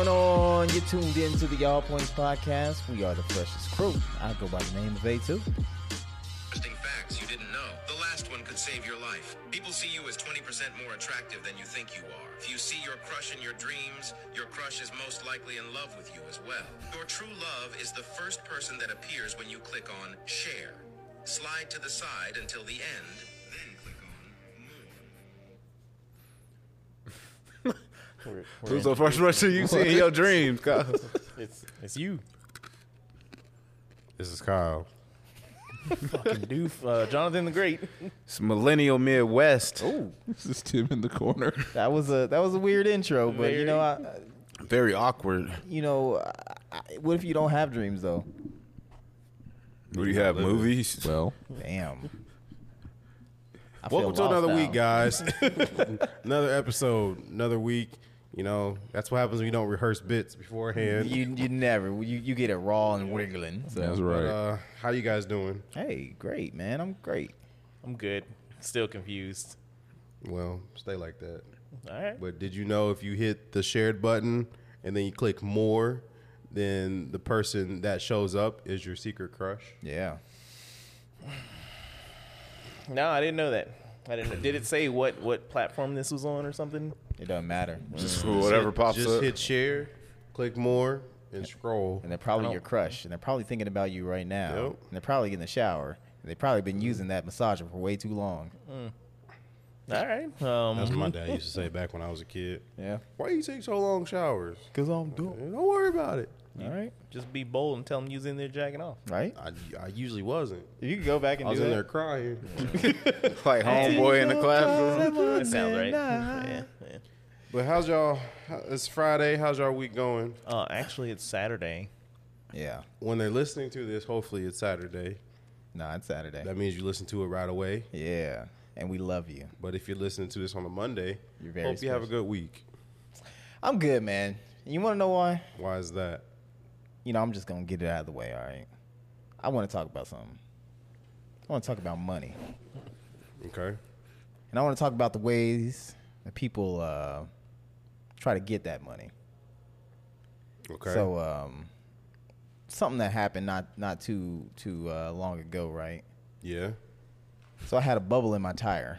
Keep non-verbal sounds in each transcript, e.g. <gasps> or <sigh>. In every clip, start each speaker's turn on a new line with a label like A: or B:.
A: everyone. You're tuned in to the All Points Podcast. We are the freshest crew. I go by the name of A2.
B: Interesting facts you didn't know. The last one could save your life. People see you as 20% more attractive than you think you are. If you see your crush in your dreams, your crush is most likely in love with you as well. Your true love is the first person that appears when you click on share. Slide to the side until the end, then click on more.
C: We're, we're
D: Who's
C: in-
D: the first <laughs> person you see in your dreams, Kyle?
C: it's it's you,
E: This is Kyle.
C: fucking doof, uh, Jonathan the Great.
D: It's Millennial Midwest.
E: This is Tim in the corner.
A: That was a that was a weird intro, but you know, I,
D: Very awkward.
A: you know, I, I- what if you don't have dreams though?
D: What do you have? Movies?
E: Well,
A: Damn. I feel
E: welcome to
A: lost
E: another
A: now.
E: week, guys.
A: <laughs>
E: another episode, another week. You know, that's what happens when you don't rehearse bits beforehand.
A: You you never you, you get it raw and wiggling. So.
E: that's right.
D: Uh,
E: How you guys doing?
A: Hey, great man. I'm great.
C: I'm good. Still confused.
E: Well, stay like that.
C: All right.
E: But did you know if you hit the shared button and then you click more, then the person that shows up is your secret crush?
A: Yeah.
C: No, I didn't know that. I didn't. Know. Did it say what what platform this was on or something?
A: It doesn't matter.
D: just for whatever pops
E: Just
D: up.
E: hit share, click more, and scroll.
A: and they're probably
C: I
A: your
C: don't-
A: crush, and they're probably thinking about you right now,
E: Yep.
A: and they're probably in the shower. and They've probably been using that massager for way too long.
C: All right.
E: That's
C: Um,
E: what my dad used to say back when I was a kid.
A: Yeah,
E: Why you take so long showers?
A: cause I'm doing
E: Don't worry about it.
A: all right,
C: just be bold and tell them you was in there jacking off.
A: right?
E: I, I usually wasn't.
A: If you could go back and
E: I was
A: do
E: in there
A: that,
E: crying.
D: like homeboy in the classroom.
C: That sounds right. Yeah, yeah.
E: But how's y'all? how- It's Friday. How's y'all week going?
C: Uh, actually, it's Saturday.
A: <laughs> yeah.
E: When they're listening to this, hopefully it's Saturday.
A: Nah, it's Saturday.
E: That means you listen to it right away.
A: yeah, and we love you.
E: But if you're listening to this on a Monday,
A: You're very
E: hope you have a
A: special.
E: good week.
A: I'm good, man. You want to know why?
E: Why is that?
A: You know, I'm just gonna get it out of the way. All right. I want to talk about something. I want to talk about money,
E: Okay.
A: and I want to talk about the ways that people uh, try to get that money.
E: Okay.
A: So um, something that happened not not too too uh, long ago, right?
E: yeah.
A: So I had a bubble in my tire.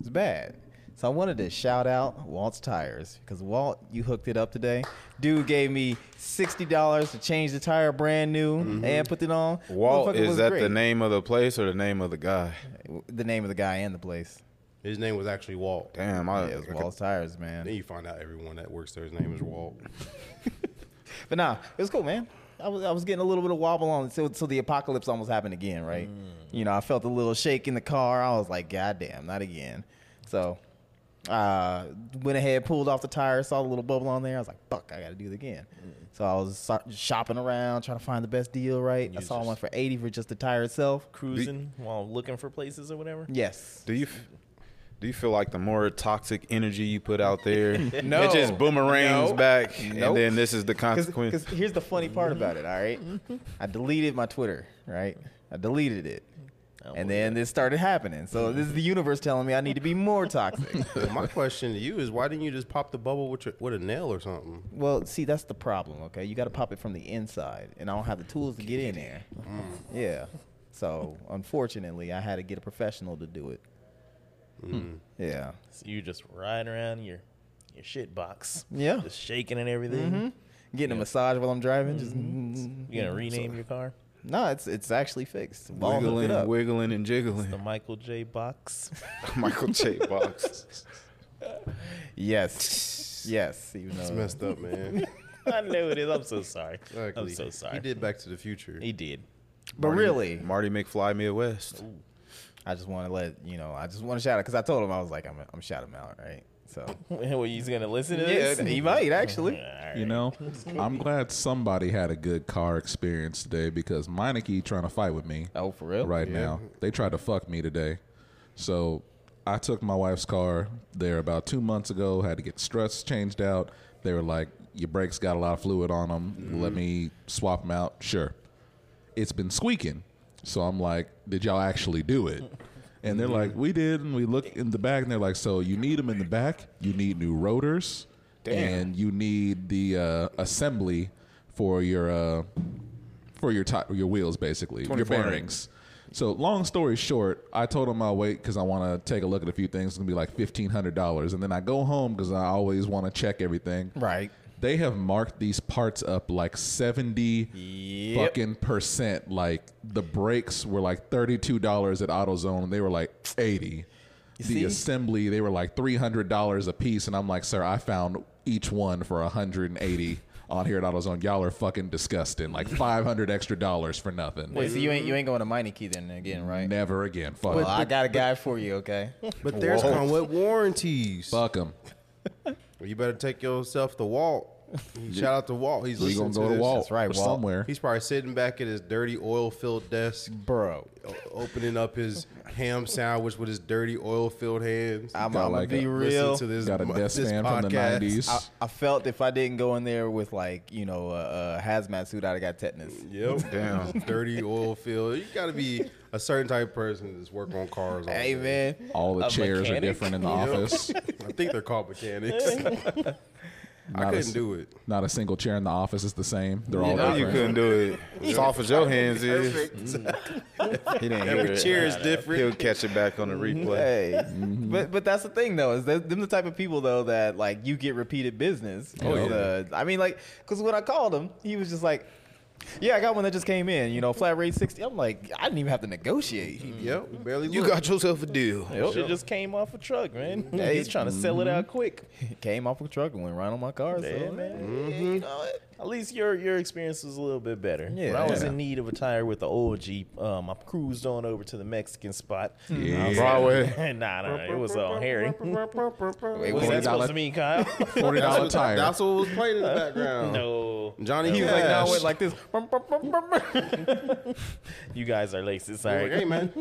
A: It's bad. So I wanted to shout out Walt's tires because Walt, you hooked it up today. Dude gave me sixty dollars to change the tire, brand new, and put it on.
D: Mm-hmm. Walt,
A: Motherfucker
D: is
A: was
D: that the
A: great.
D: name of the place or the name of the guy?
A: The name of the guy and the place.
E: His name was actually Walt.
D: Damn, I,
A: Yeah, it's Walt's tires, man.
E: Then you find out everyone that works there, his name is Walt.
A: But nah, it was cool, man. I was I was getting a little bit of wobble on until so the apocalypse almost happened again, right? You know, I felt a little shake in the car. I was like, God damn, not again. So uh went ahead, pulled off the tire, saw the little bubble on there. I was like, fuck, I gotta do it again. So I was so- shopping around, trying to find the best deal, right? I saw one for 80 for just the tire itself.
C: Cruising while looking for places or whatever.
A: Yes.
D: Do you f- do you feel like the more toxic energy you put out
A: <laughs>
D: there,
A: No.
D: it just boomerangs
A: No.
D: back,
A: Nope.
D: and then this is the consequence?
A: Because here's the funny
C: Mm-hmm.
A: part about it, all right? I deleted my Twitter, right? I deleted it.
C: Oh,
A: And then this started happening. So this is the universe telling me I need to be more toxic.
C: <laughs>
E: Well, my question to you is why didn't you just pop the bubble with, your, with a nail or something?
A: well, see, that's the problem, okay? You got to pop it from the inside, and I don't have the tools to get in there.
C: Mm.
A: Yeah. So unfortunately, I had to get a professional to do it.
C: Hmm.
A: Hmm. Yeah.
C: So you just riding around in your your shit box.
A: Yeah. Mm-hmm.
C: Just shaking and everything.
A: Getting a massage while I'm driving, just
C: Mm-hmm. You gonna rename your car
A: no, it's it's actually fixed. Wall hooked it
D: Wiggling,
A: up.
D: wiggling, and
C: the
D: jiggling.
C: Michael J. Box? <laughs>
D: <laughs> Michael J. Box.
A: <laughs>
C: <laughs>
A: Yes, yes. Even
E: It's
A: though
E: messed up, man.
C: I know it is. I'm so sorry. I'm
E: Exactly.
C: so sorry.
E: He did Back to the Future.
C: He did. <laughs>
A: But really,
D: Marty McFly Midwest.
A: I just want to let you know. I just want to shout out because I told him I was like, I'm I'm shout him out, right? So
C: well, he's gonna listen to
A: yeah,
C: this.
A: he might actually.
C: Alright.
F: You know, I'm glad somebody had a good car experience today because Meineke trying to fight with me
A: Oh, for real?
F: right now. They tried to fuck me today. So I took my wife's car there about two months ago, had to get struts changed out. They were like, your brakes got a lot of fluid on them. Let me swap them out. Sure. It's been squeaking. So I'm like, did y'all actually do it? And they're like, we did. And we look in the back and they're like, so you need them in the back. You need new rotors. and you need the uh, assembly for your uh, for your ti your wheels basically, your
D: 2400.
F: bearings. So long story short, I told him I'll wait because I want to take a look at a few things. It's gonna be like fifteen hundred dollars, and then I go home because I always want to check everything.
A: Right.
F: They have marked these parts up like seventy fucking percent. Like the brakes were like thirty two dollars at AutoZone, and they were like eighty. the
A: see?
F: assembly they were like three hundred dollars a piece, and I'm like, sir, I found each one for hundred and eighty on here at AutoZone. Y'all are fucking disgusting. Like five hundred extra dollars for nothing.
A: Wait, so you ain't you ain't going to Meineke then again, right?
F: Never again. Fuck.
A: Well, I got a guy for you, okay?
E: But there's come with warranties.
F: Fuck them.
E: Well, you better take yourself to
F: <laughs>
E: Walt. Shout out to Walt. He's
F: We gonna
E: listening to
F: go to
E: this.
F: Walt
A: That's right,
F: or
A: Walt.
F: somewhere.
E: He's probably sitting back at his dirty oil-filled
A: <laughs>
E: desk,
A: Bro,
E: o- opening up his ham sandwich with his dirty oil-filled hands.
A: I'm,
F: Got
A: I'm
F: like
A: gonna be
F: a-
A: real.
E: Listen to this,
F: Got a
E: mo-
F: desk
E: this
F: fan from the
E: podcast.
F: nineties.
A: I, I felt if I didn't go in there with like you know a, a hazmat suit, I'd have got tetanus.
E: Yep.
F: <laughs>
D: Damn.
E: dirty oil-filled. You got to be a certain type of person that's working on cars. All
A: Hey
E: day.
A: man,
F: All the
C: A
F: chairs
C: mechanic?
F: are different in the office.
E: I think they're called
F: <laughs>
E: mechanics. I
F: Not a
E: couldn't
F: s-
E: do it.
F: Not a single chair in the office is the same. They're all
D: No,
F: different.
D: you couldn't do it. As off as your hands is. <laughs>
A: he didn't hear
E: Mm. Every
A: it.
E: chair is different.
D: He'll catch it back on the replay.
A: Mm-hmm. Hey, but but that's the thing though is that them the type of people though that like you get repeated business.
F: Oh,
A: You know,
F: yeah.
A: the- I mean like because when I called him, he was just like, "Yeah, I got one that just came in. You know, flat rate 60. I'm like, I didn't even have to negotiate.
E: Yep. we Barely.
D: You
E: look.
D: got yourself a deal.
C: Shit just came off a truck, man.
A: Mm-hmm. Hey. Mm-hmm.
C: He's trying to sell it out quick.
A: <laughs> Came off a truck and went right on my car.
C: Yeah,
A: so
C: man.
A: you know it.
C: At least your your experience was a little bit better.
A: Yeah.
C: when I was
A: Yeah.
C: in need of a tire with the old Jeep, um, I cruised on over to the Mexican spot.
F: Yeah.
D: Broadway.
C: nah, <laughs> nah, it was
A: <laughs>
C: on Harry.
A: Wait,
C: What's
A: wait,
C: that supposed to
A: <laughs>
C: mean, Kyle? <laughs>
F: Forty dollar tire.
E: That's what was playing in the
F: <laughs>
E: background.
C: no,
E: Johnny,
A: He was like, no, I went like this.
C: <laughs> you guys are lazy. Sorry,
E: hey man,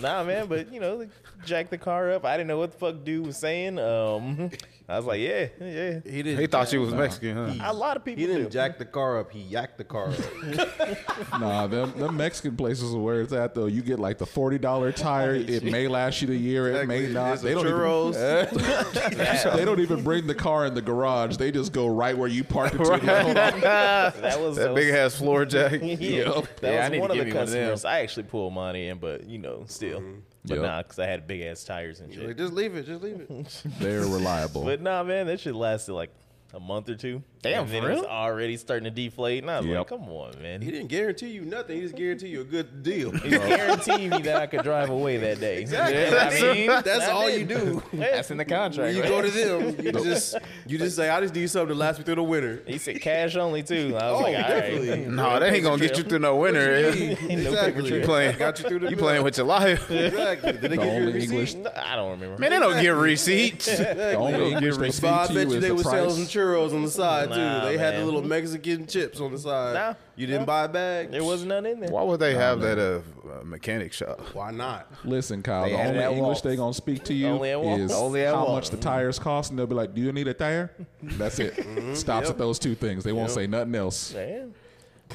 C: nah, man. But you know, like, jack the car up. I didn't know what the fuck dude was saying. Um, <laughs> I was like, yeah, yeah.
E: <laughs> he didn't.
D: He thought you was Mexican, huh?
C: A lot of people
E: He didn't
C: do. <laughs>
E: jack the car up. He yacked the car up.
F: Nah, them, them Mexican places are where it's at though. You get like the forty dollar tire. It may last you the year. It may not. They don't
E: churros.
F: even. <laughs> They don't even bring the car in the garage. They just go right where you parked it. To and like, hold on.
C: that was
D: That
C: <laughs>
D: big ass floor jack.
C: Yeah, that
A: Yeah, I
C: was
A: need to
C: one of
A: give me one
C: the
A: of them. Mm-hmm.
C: customers. I actually pulled mine in, but you know, still, but
F: Yep.
C: nah, because I had big ass tires and
E: Like,
C: shit.
E: just leave it. Just leave it.
F: They're reliable.
C: But nah, man, that shit lasted like a month or two.
A: Damn,
C: and then
A: for
C: it was
A: real?
C: already starting to deflate, and I was
F: Yep.
C: like, "Come on, man."
E: <laughs> He
C: He
E: didn't guarantee you nothing. He just guaranteed you a good <laughs> deal.
C: guaranteed me that I could drive away that
A: <laughs>
C: day.
A: Yeah, I <laughs> mean,
E: That's all
C: <laughs>
E: you do.
A: that's in the contract.
E: You
A: right?
E: go to them. You just you just say, I just need something to last me through the winter.
C: He said cash only too. I was
E: Oh,
C: like, "All right."
E: definitely.
C: <laughs>
D: No, that ain't gonna get you through no winter.
E: <laughs> exactly.
D: You playing?
E: Got you through the
D: You playing with your life? Man,
E: Exactly. Did they
F: the
E: give you a
F: only
E: receipt?
F: English,
C: No, I don't
D: they
C: remember.
D: don't get receipts.
F: the only English they
E: But I
F: speak
E: bet
F: to you
E: you
F: is
E: they
F: the
E: were selling some
F: price.
E: churros on the side
C: Nah,
E: too. They had the
C: man.
E: little Mexican chips on the side.
C: Nah.
E: you didn't buy a bag.
C: There was none in there.
D: Why would they have that at a mechanic shop? <laughs>
E: Why not?
F: Listen, Kyle,
A: They
F: the
A: had it
F: only
A: at
F: English
A: Walt's.
F: they gonna speak to you
C: Only at Walt's.
F: is
A: Only at
F: how
A: Walt's.
F: much the tires cost, and they'll be like, "Do you need a tire?" That's it. Stops at those two things. They won't say nothing else.
C: Man.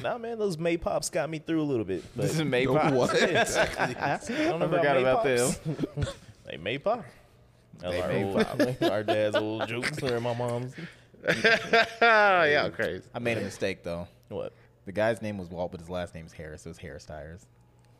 C: Nah, man, those May Pops got me through a little bit.
A: <laughs>
C: But
A: This is May
F: What?
C: I, don't know
A: forgot
C: May
A: about
C: Pops. <laughs> they May Pop. That was
A: They
C: our,
A: May
C: old, <laughs> our dad's old jokes or my mom's.
D: Ah, yeah, crazy.
A: I made a mistake though.
C: What?
A: The guy's name was Walt, but his last name's Harris. So it's Harris Tires.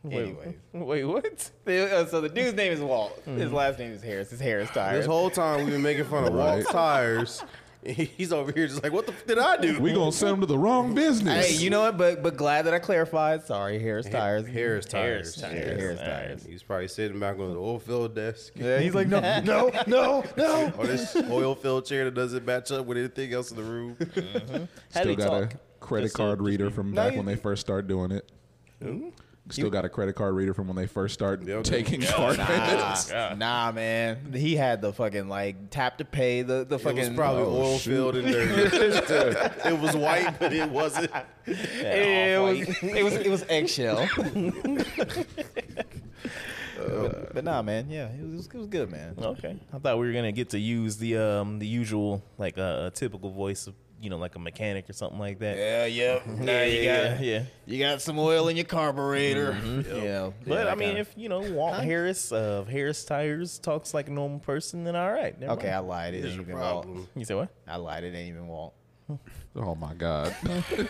A: Anyways,
C: Wait, what?
A: The- uh, so the dude's name is Walt. His last name is Harris. It's Harris
E: This
A: Tires.
E: whole time we've been making fun
D: <laughs>
E: of Walt's tires. <laughs> and He's over here just like, what the f- did I do?
F: We gonna send them to the wrong business.
A: Hey, you know what? But but glad that I clarified. Sorry, Harris Tires.
C: Harris
E: Harris tires.
C: tires.
A: Harris
C: Harris.
E: He's probably sitting back on the oil filled desk.
D: <laughs>
A: Yeah, he's like, no, no, no, no.
E: Or this oil filled chair that doesn't match up with anything else in
D: <laughs>
E: the room.
C: How do
F: Still
C: you
F: got
C: talk?
F: a credit
C: Just so-
F: card reader from
A: No,
F: back
A: you-
F: when they first started doing it. Still got a credit card reader from when they first started
E: Yeah, okay.
F: taking
A: <laughs>
F: card
A: Nah,
F: payments.
A: nah, man. He had the fucking like tap to pay the the
E: It
A: fucking. Oh,
E: was probably
D: Oh,
E: oil filled and
D: <laughs>
E: dirty. <laughs> it was white, but it wasn't.
A: it, was, it was it was <laughs> eggshell. but, but nah, man. Yeah, it was it was good, man.
C: Okay. I thought we were gonna get to use the um the usual like uh, a typical voice of you know like a mechanic or something like that.
A: Yeah, yeah. Now
C: Yeah,
A: you
C: yeah,
A: got
C: yeah.
A: you got some oil in your carburetor. Yeah, uh,
C: But
A: yeah,
C: I mean,
A: kinda-
C: if you know Walt Harris of Harris Tires talks like a normal person, then all right. never
A: okay, I
C: mind.
A: lied. It ain't even Walt.
E: problem.
C: You say what?
A: I lied. It ain't even Walt.
F: Oh my God.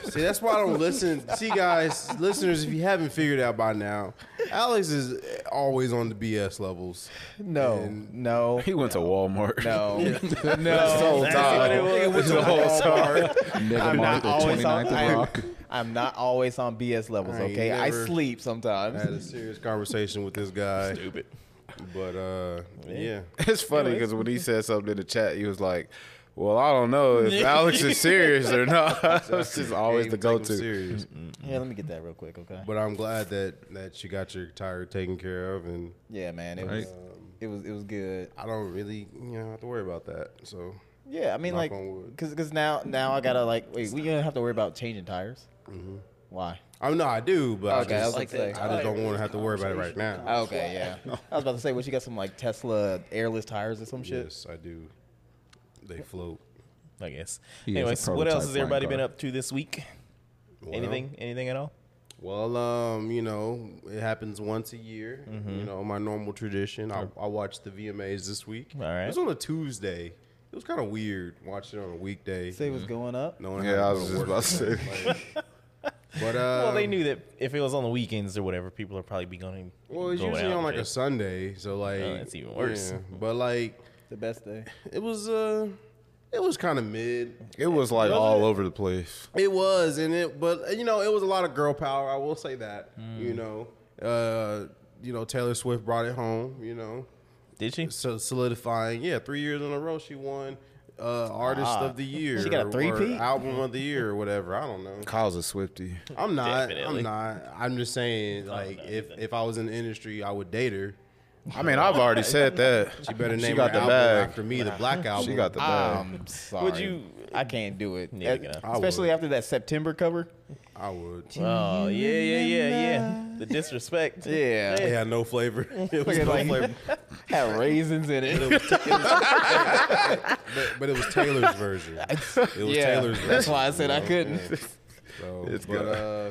E: See, that's why I don't listen. See, guys, listeners, if you haven't figured out by now, Alex is always on the
D: <laughs>
E: BS levels.
A: No, no,
D: He went to Walmart.
A: no,
D: That's
A: <laughs>
D: the
A: no.
D: whole
C: That's what it
D: time. That's <laughs>
C: was.
D: the whole time.
F: Nigga
A: I'm <laughs> not
F: marked the
A: always on.
F: 29th of
A: I, <laughs>
F: Rock.
A: I'm not always on BS levels.
E: I ain't
A: Okay, I
E: never-
A: sleep sometimes.
E: I had a serious conversation with this guy.
C: Stupid.
E: But uh, yeah.
D: <laughs> It's funny because when he said something in the chat, he was like, "Well, I don't know if Alex is serious or not." <laughs> it's just always the
E: Take him
D: go-to.
E: serious.
A: Yeah, let me get that real quick. Okay.
E: But I'm glad that that you got your tire taken care of, and
A: Yeah, man. It was.
F: Right.
A: It was. It was good.
E: I don't really, you know, have to worry about that. So
A: Yeah, I mean,
E: Knock
A: like,
E: on wood.
A: cause, cause now, now I gotta like, wait, we gonna have to worry about changing tires.
E: Mm-hmm.
A: Why?
E: I know I do, but
A: Okay,
E: I
A: I
E: just,
A: was like, Oh,
E: I just don't want to have to worry about it right now.
A: okay,
E: <laughs>
A: yeah. I was about to say, what you got some like Tesla airless tires or some shit?
E: Yes, I do. They float.
C: I guess.
F: He is a
C: Anyways, what else
F: prototype
C: has
F: flying
C: everybody been
F: car.
C: up to this week?
E: Well,
C: Anything? Anything at all?
E: Well, um, you know, it happens once a year.
C: Mm-hmm.
E: You know, my normal tradition. I, I watched the VMAs this week.
C: All right.
E: It was on a Tuesday. It was kind of weird watching it on a weekday.
A: Say what's going up.
E: No one had to
D: Yeah, I
E: go
D: was
E: to
D: just
E: work.
D: about to say.
C: <laughs>
E: But uh,
C: Well, they knew that if it was on the weekends or whatever, people are probably going to.
E: Well, it's
C: go
E: usually
C: out
E: on
C: and
E: like a
C: shit.
E: Sunday, so like
C: that's even worse.
E: but like
A: The best day.
E: it was uh, it was kind of mid.
D: It was like
E: Was
D: all
E: it?
D: over the place.
E: It was, and it, but uh, you know, it was a lot of girl power. I will say that.
C: Mm.
E: You know, uh, you know, Taylor Swift brought it home. You know,
C: Did she?
E: so solidifying. Yeah, three years in a row, she won uh, Artist of the Year.
A: She got a
E: or- or
A: three-peat?
E: album of the year or whatever. I don't know.
D: Kyle's a Swifty.
E: I'm not.
C: Definitely.
E: I'm not. I'm just saying, like, if if I was in the industry, I would date her.
D: I mean, I've already said that.
E: She better name
D: She got
E: her
D: the
E: album
D: bag.
E: after Um, me, the Black Album.
D: She got the bag.
A: <laughs> I'm sorry.
C: Would you?
A: I can't do it.
C: Neither can I.
E: I
A: Especially after that September cover.
E: I would.
C: Oh yeah, yeah, yeah, yeah. The disrespect.
A: Yeah.
E: It had no flavor. <laughs> It
A: Look
E: was
A: at
E: no
A: like-
E: flavor.
A: Had raisins in <laughs> it.
E: But, but it was
A: <laughs>
E: Taylor's version. It was
A: yeah.
E: Taylor's version.
A: That's why I said I
E: you know?
A: couldn't.
E: Yeah. So,
D: It's
E: but, uh,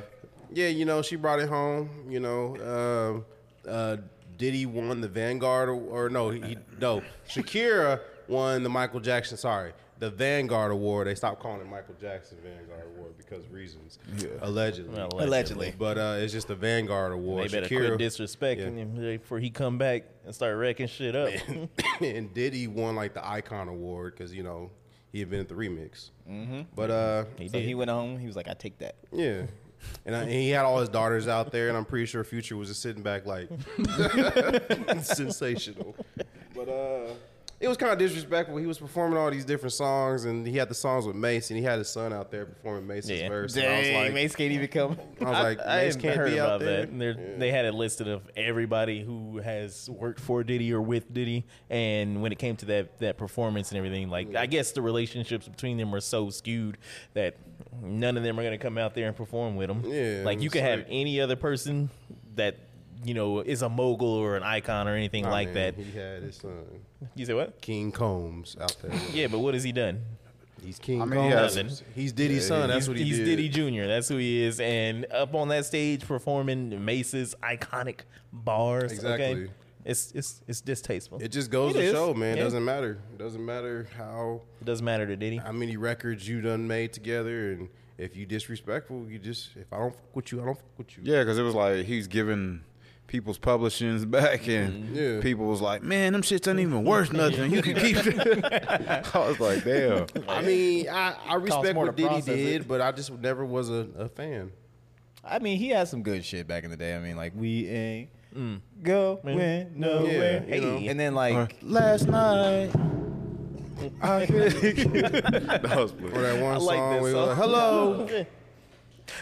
E: yeah, you know, she brought it home. You know, um, uh, Diddy won the Vanguard, or, or no, he no Shakira won the Michael Jackson. Sorry, the Vanguard Award. They stopped calling it Michael Jackson Vanguard Award because reasons, allegedly.
C: Allegedly.
A: Allegedly.
E: But uh, it's just the Vanguard
C: They
E: Award.
C: better
E: Shakira
C: quit disrespecting him before he come back and start wrecking shit up.
E: and Diddy won like the Icon Award because you know he had been at the remix. Mm-hmm. But uh,
A: So he went home. He was like, I take that.
E: yeah. And, I, and he had all his daughters out there, and I'm pretty sure Future was just sitting back like <laughs> sensational. But uh, it was kind of disrespectful. He was performing all these different songs, and he had the songs with Mace, and he had his son out there performing Mace's
C: Yeah.
E: verse. and I was
A: Dang,
E: like,
A: Mace can't even come.
E: I was like,
C: I
E: Mace
C: hadn't
E: can't
C: heard
E: be out
C: about
E: there.
C: that. And they're- They had it listed of everybody who has worked for Diddy or with Diddy, and when it came to that that performance and everything, like
E: Mm.
C: I guess the relationships between them are so skewed that none of them are going to come out there and perform with him.
E: Yeah,
C: like you
E: it's
C: could have
E: like-
C: any other person that you know is a mogul or an icon or anything
E: Nah,
C: like
E: Oh, man,
C: that.
E: He had his son,
C: You say what?
E: King Combs, out there.
C: Yeah, but what has he done?
E: He's King
D: I mean, he
E: Combs.
C: has-
E: he's Diddy's son. That's
C: he's,
E: what he
C: he's
E: did.
C: Diddy Jr. That's who he is, and up on that stage performing Mace's iconic bars. Okay?
E: Exactly.
C: It's it's it's distasteful.
E: It
C: It,
E: just goes
A: It
E: to
A: is.
E: show, man. It
C: Yeah.
E: doesn't matter. It doesn't matter how
C: doesn't matter to Diddy.
E: how many records you done made together, and if you disrespectful, you just if I don't fuck with you, I don't fuck with you.
D: Yeah, because it was like he's giving people's publishings <laughs> back, and
E: Mm-hmm. Yeah.
D: people was like, "Man, them shits ain't even
E: <laughs>
D: worth nothing. You can keep it." <laughs> I was like, "Damn."
E: I mean, I, I respect
A: more to
E: what Diddy
A: process
E: did,
A: it.
E: but I just never was a, a fan.
A: I mean, he had some good shit back in the day. I mean, like we ain't
C: Mm.
A: go going nowhere.
E: Yeah, you know.
A: And then like
D: Last
C: <laughs>
D: night, I that was
E: Or <laughs> that one
C: I like
E: song,
C: that
E: where he was
C: song.
E: like, <laughs> "Hello."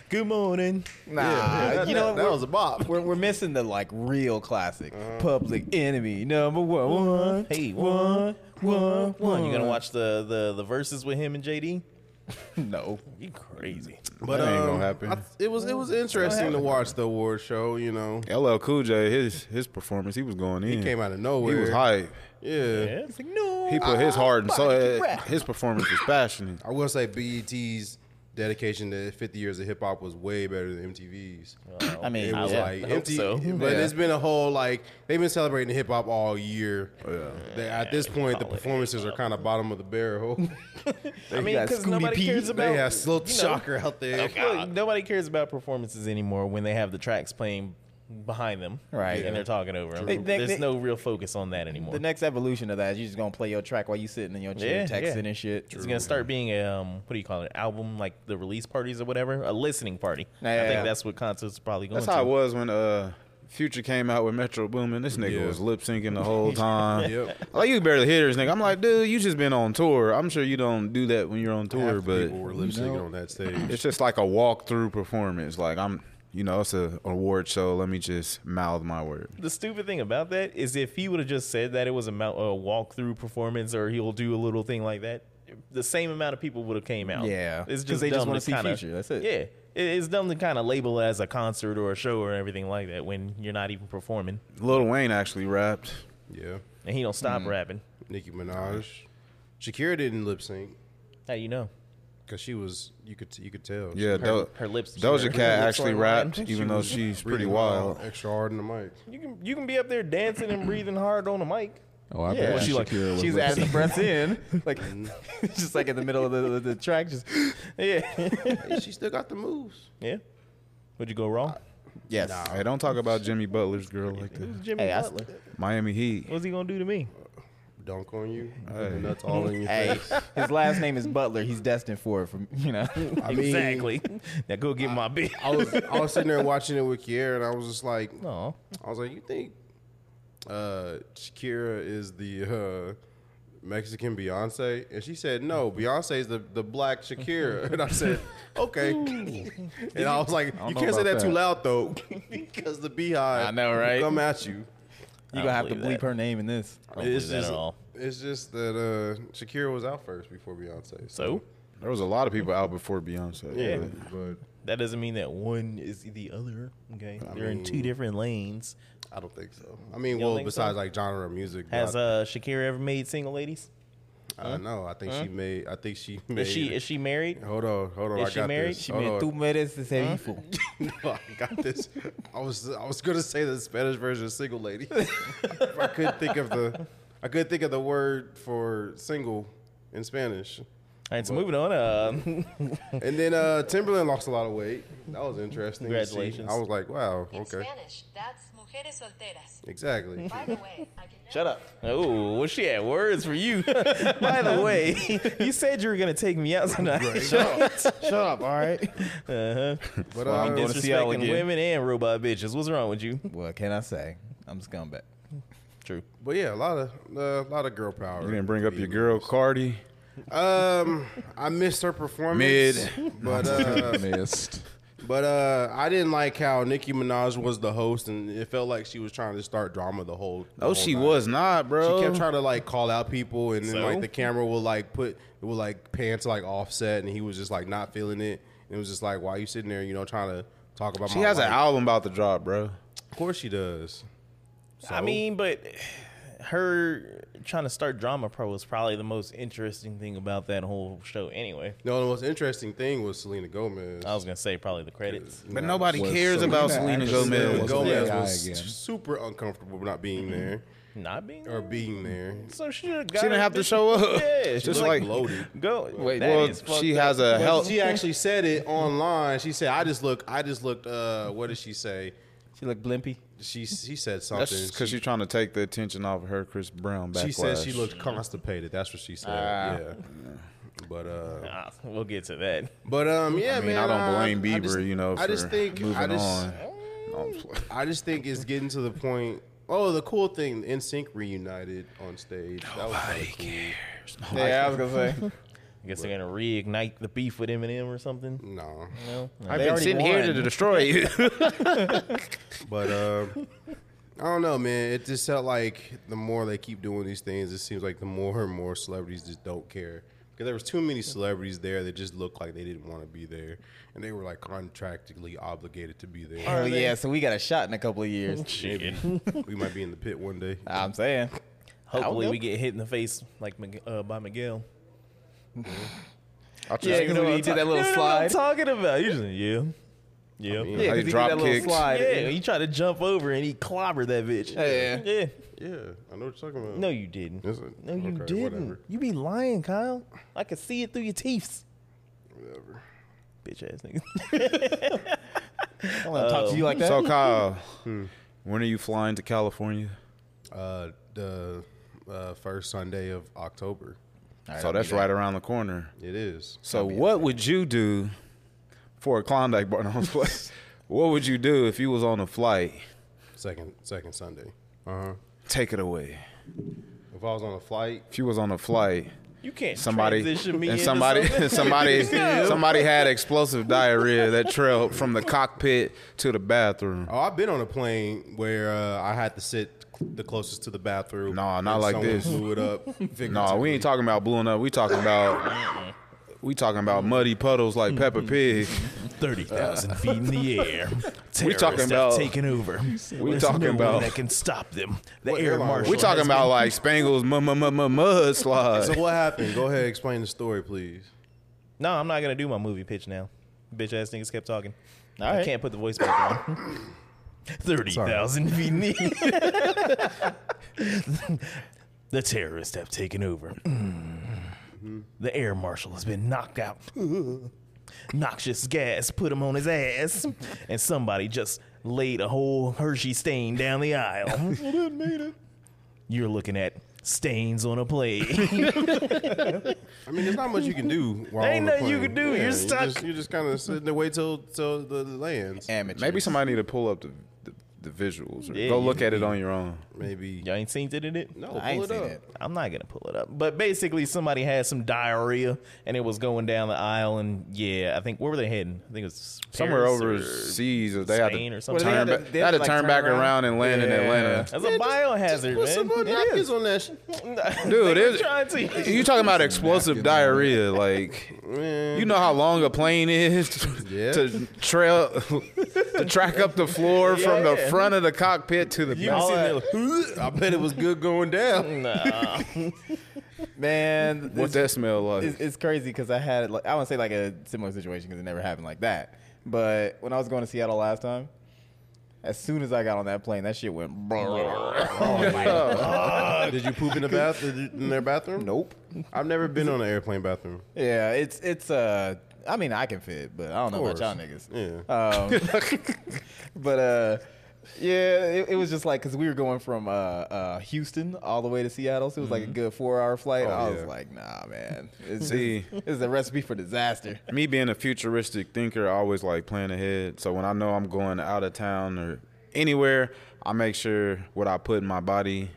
C: Good morning.
A: oh. nah,
E: Ah,
A: <laughs> you know that was a bop. We're, we're missing the like real classic Public Enemy number one. one.
C: Uh-huh. Hey, one, one, one. You gonna watch the the the verses with him and JD?
A: <laughs> No,
C: You crazy?
E: But
D: That ain't
E: um,
D: gonna happen.
E: I, it was it was interesting to watch the award show. You know,
D: LL Cool J. His his performance, he was going in.
E: he came out of nowhere.
D: He was hype.
E: Yeah.
C: Yeah.
A: it's like no.
D: He put his heart and
A: Everybody
D: soul. eh,
A: rap.
D: His performance was passionate.
E: <laughs> I will say BET's dedication to 50 years of hip hop was way better than MTV's.
A: I mean,
E: It was
A: yeah.
E: like
C: I hope
E: empty,
C: so.
E: but
D: Yeah.
E: it's been a whole like they've been celebrating hip hop all year. They- at this point, the
C: call it
E: performances are kind of bottom of the barrel. E
C: I mean,
A: got
C: because
A: Scooby
C: <laughs>
A: Oh,
C: nobody
E: <laughs>
A: Pete.
C: cares about.
E: they have Silk
C: you know, Oh,
E: Shocker out there.
C: <laughs> Look, nobody cares about performances anymore when they have the tracks playing behind them,
A: Right.
C: And they're talking over them.
A: They- they-
C: There's
A: they-
C: no real focus on that anymore.
A: The next evolution of that is you just gonna play your track while you sitting in your chair
C: Yeah,
A: texting
C: yeah.
A: and shit.
C: It's gonna start being a um, what do you call it? Album like the release parties or whatever, a listening party. I
A: Yeah.
C: think that's what concerts are probably going.
D: That's how it
C: to.
D: was when uh Future came out with Metro Boomin. This nigga
E: Yeah.
D: was lip syncing the
E: <laughs>
D: whole time.
E: <laughs> Yep.
D: Like you barely hear this nigga. I'm like, dude, you just been on tour. I'm sure you don't do that when you're on
E: Half
D: tour,
E: the
D: but
E: people were lip syncing on
D: <laughs>
E: that stage.
D: it's just like a walk through performance. Like I'm, you know, it's a award show. Let me just mouth my word.
C: The stupid thing about that is if he would have just said that it was a, mou- a walkthrough performance or he'll do a little thing like that, the same amount of people would have came out.
A: Yeah.
C: it's
A: 'Cause
C: just
A: they just
C: dumb
A: wanna
C: to
A: see
C: kinda-
A: Future, that's it.
C: Yeah, It- it's dumb to kind of label it as a concert or a show or everything like that when you're not even performing
D: Lil Wayne actually rapped.
E: yeah,
C: and he don't
A: Mm.
C: stop rapping.
E: Nicki Minaj, Shakira didn't lip sync
C: How do you know?
E: because she was you could you could tell.
D: Yeah, Do-
C: her lips- her
D: Doja
C: lips
D: Cat
C: are
D: actually
C: lined.
D: rapped,
C: She
D: even though she's pretty
E: Breathing
D: wild.
E: extra hard in the mic.
C: <laughs> You can you can be up there dancing and breathing hard on the mic.
F: Oh, I
A: Yeah,
F: bet
A: she
F: Shakira
A: like
F: was
A: she's
F: lip
A: adding
F: syncing.
A: breaths in, like
E: Mm-hmm.
A: <laughs> just like in the middle of the, the, the track. Just <gasps>
C: Yeah,
E: Hey, she still got the moves.
C: yeah. Would you go wrong?
A: yes.
D: Hey, don't talk about Jimmy Butler's girl like
A: Uh,
D: that.
C: Jimmy
A: Hey, I,
C: Butler.
D: Miami Heat.
C: What's he gonna do to me?
E: Dunk on you,
D: Hey.
E: nuts all in your
A: hey,
E: face.
A: his last name is Butler. He's destined for it. From you know, <laughs>
E: I mean,
C: exactly. <laughs> Now go get my <laughs> bitch.
E: I was I was sitting there watching it with Kiera, and I was just like,
C: No,
E: I was like, you think uh, Shakira is the uh, Mexican Beyonce? And she said, no, Beyonce is the, the black Shakira. And I said, okay. and I was like,
D: don't
E: you
D: know
E: can't say
D: about
E: that, too
D: that."
E: loud though, because the beehive
A: I know,
E: will
A: right?
E: come at you.
A: you're gonna have to
C: believe
A: bleep
C: that.
A: her name in this.
C: I don't
E: It's
C: believe that
E: just-
C: at all.
E: It's just that uh, Shakira was out first before Beyonce.
C: So
D: There was a lot of people out before Beyonce.
C: Yeah.
E: but
C: that doesn't mean that one is the other. Okay, they're in two
E: mean-
C: different lanes.
E: I don't think so. I mean,
C: don't
E: well,
C: think
E: besides
C: so?
E: like genre of music, but
C: Has
E: I,
C: uh Shakira ever made single ladies?
E: I don't know. I think she made. I think she made.
C: Is she is she married?
E: Hold on, hold on.
C: Is
E: I
C: she
E: got
C: married?
E: This.
A: She
E: Hold
A: meant
E: on.
A: tú mereces ser hijo.
E: No, <laughs> I got this. I was I was gonna say the Spanish version of single lady. <laughs> I couldn't think of the I couldn't think of the word for single in Spanish.
C: All right, so moving on. Uh,
E: And then uh, Timberland lost a lot of weight. That was interesting. to see.
C: Congratulations.
E: I was like, wow,
G: In
E: okay.
G: Spanish, that's mujeres solteras.
E: Exactly.
G: By the way, I can
A: Shut up.
C: <laughs> oh, well, she had words for you. <laughs> By
E: <laughs>
C: the way, <laughs> you said you were gonna take me out tonight.
A: Shut up. All right.
C: <laughs> Uh-huh.
E: But
A: Well, I'm
E: uh,
A: going to see y'all
C: Disrespecting
A: again.
C: women and robot bitches. What's wrong with you?
A: What can I say? I'm scumbag.
C: True.
E: but yeah, a lot of uh, a lot of girl power.
D: You didn't bring up your girl Cardi.
E: Um, I missed her performance.
D: Mid.
E: but uh,
F: missed.
E: But uh, I didn't like how Nicki Minaj was the host, and it felt like she was trying to start drama the whole. the
D: Oh,
E: whole
D: she
E: night.
D: was not, bro.
E: She kept trying to like call out people, and then
C: So?
E: like the camera will like put it will like pan to like Offset, and he was just like not feeling it, and it was just like, why you sitting there, you know, trying to talk about?
D: She
E: my
D: has
E: life?
D: an album about to drop, bro.
E: Of course she does.
C: I
E: So?
C: mean, but her trying to start drama pro was probably the most interesting thing about that whole show. Anyway,
E: No, the most interesting thing was Selena Gomez.
C: I was gonna say probably the credits.
D: Oh, But nobody
F: Was
D: cares
F: Selena
D: about Selena
F: actually-
D: Gomez.
E: Selena
F: was
E: Gomez
F: that
E: was
F: guy again?
E: super uncomfortable with not being there
C: Not being
E: or being there.
C: so she got
D: She didn't have to show up.
C: Yeah,
D: Just
C: like,
D: like,
E: Bloated.
C: go.
A: Wait,
C: that
D: well,
C: is fucked
D: she
C: up.
D: has a health.
E: She actually said it online. She said, "I just look. I just looked. Uh, what did she say?
A: She look blimpy.
E: She she said something.
D: That's because she's trying to take the attention off of her Chris Brown backlash.
E: she said she looked constipated. That's what she said.
D: Ah.
E: yeah. But uh,
C: Ah, we'll get to that.
E: but um, yeah,
D: I mean,
E: man.
D: I don't blame
E: I- I
D: Bieber,
E: just-
D: you know, for
E: I just think
D: moving
E: I just, Mm.
D: on. No, I'm <laughs> just-
E: I just think it's getting to the point. Oh, the cool thing, NSYNC reunited on stage. That was kinda cool.
A: Yeah, I was gonna say.
C: I guess they're gonna reignite the beef with Eminem or something.
E: No,
C: No,
A: They
D: I've been
A: already
D: sitting here to
A: won.
D: destroy you.
E: but um, I don't know, man. It just felt like the more they keep doing these things, it seems like the more and more celebrities just don't care. Because there was too many celebrities there that just looked like they didn't want to be there, and they were like contractually obligated to be there.
A: Oh yeah, so we got a shot in a couple of years.
C: shit. Ah.
E: we might be in the pit one day.
A: I'm saying.
C: Hopefully,
A: go.
C: we get hit in the face like Mig- uh, by Miguel.
D: I'll
A: Yeah,
D: trust
A: you know what
D: you.
A: I'm ta- you know what I'm
C: I'm talking about usually, yeah, yeah,
A: Yeah,
D: How
A: 'cause
D: you
A: he did
D: drop
A: that little
D: kicks.
A: slide.
C: yeah. He tried to jump over and he clobbered that bitch.
A: Yeah.
C: yeah.
E: Yeah, I know what you're talking about.
C: No, you didn't.
E: Is it?
C: No, you
E: Okay,
C: didn't.
E: whatever.
C: You be lying, Kyle. I can see it through your teeth. Whatever. Bitch ass nigga. <laughs>
A: I want to talk to you like that.
D: So
E: <laughs>
D: Kyle,
E: Hmm.
D: when are you flying to California?
E: Uh, the uh, first Sunday of October.
D: so that's right around the corner.
E: It is.
D: So what would you do for a Klondike bar? <laughs> No, I'm just playing. what would you do if you was on a flight?
E: Second second Sunday. Uh huh.
D: Take it away.
E: If I was on a flight,
D: If you was on a flight,
C: You can't
D: somebody
C: transition me
D: and
C: into
D: somebody <laughs>
C: something. <laughs>
D: somebody somebody had explosive diarrhea that trailed from the cockpit to the bathroom.
E: oh, I've been on a plane where uh, I had to sit the closest to the bathroom.
D: Nah, not
E: and
D: like
E: someone
D: this.
E: Blew
C: <laughs>
E: it up.
D: No, we ain't talking about blowing up. We talking about we talking about muddy puddles like Peppa Pig.
C: Thirty thousand feet in the air.
D: We talking
C: Terrorists have
D: about-
C: taken over.
D: we
C: There's
D: talking
C: no one
D: about-
C: that can stop them. The
E: What
C: air
E: airline was
C: marshal.
D: We talking
C: has
D: about like Spangles mud mud mud mud mud slide.
E: So what happened? Go ahead, explain the story, please.
C: been- No, I'm not gonna do my movie pitch now. Bitch ass niggas kept talking. I
A: right.
C: can't put the voice back on. <laughs> Thirty thousand feet in the air. <laughs> The terrorists have taken over. <clears throat> The air marshal has been knocked out. <laughs> Noxious gas put him on his ass, and somebody just laid a whole Hershey stain down the aisle. You're looking at stains on a plate. <laughs>
E: I mean, there's not much you can do. While
C: Ain't
E: on the
C: nothing you can
E: plane.
C: do. You're
E: You
C: stuck.
E: just, you just kind of sitting there wait till till the lands.
A: Amateur.
D: Maybe somebody need to pull up the the, the visuals. Or
C: Yeah,
D: go
C: you
D: look at it on your own.
E: Maybe.
C: Y'all ain't seen it in it?
E: No, pull
A: I ain't
E: it
A: seen <laughs>
E: up.
A: it.
C: I'm not gonna pull it up. But basically, somebody had some diarrhea and it was going down the aisle. And yeah, I think where were they heading? I think it was Paris
D: Somewhere
C: or-
D: overseas, or they had
C: Spain
D: to
C: or
D: turn
C: something. Well,
A: they had
D: back.
A: to-
D: They
A: they
D: had to
A: had to, like,
D: turn
A: turn
D: back
A: around.
D: around and land in
E: Yeah.
D: Atlanta.
C: That's a biohazard,
E: Put some more
C: man. It
E: napkins
C: is.
E: on that. Shit.
D: Dude,
C: They were
D: it-
C: trying to.
D: You talking about explosive diarrhea? Like, you know how long a plane is <laughs> to,
E: Yeah.
D: to trail to track up the floor from the front of the cockpit to the
C: You
D: back.
C: seen that-
E: I bet it was good going down.
C: <laughs> Nah.
A: man,
D: What's
A: it's,
D: that smell like?
A: it's, it's crazy because I had like I wouldn't say like a similar situation because it never happened like that. But when I was going to Seattle last time, as soon as I got on that plane, that shit went.
E: Did you poop in the bath in their bathroom?
A: Nope.
E: I've never been on an airplane bathroom.
A: Yeah, it's it's uh I mean I can fit, but I don't know about y'all niggas.
E: Yeah.
A: But uh yeah, it, it was just like because we were going from uh, uh Houston all the way to Seattle, so it was like a good four hour flight. I was
E: yeah.
A: like, nah, man, it's
D: See.
A: it's a recipe for disaster.
D: me being a futuristic thinker, I always like plan ahead. So when I know I'm going out of town or anywhere, I make sure what I put in my body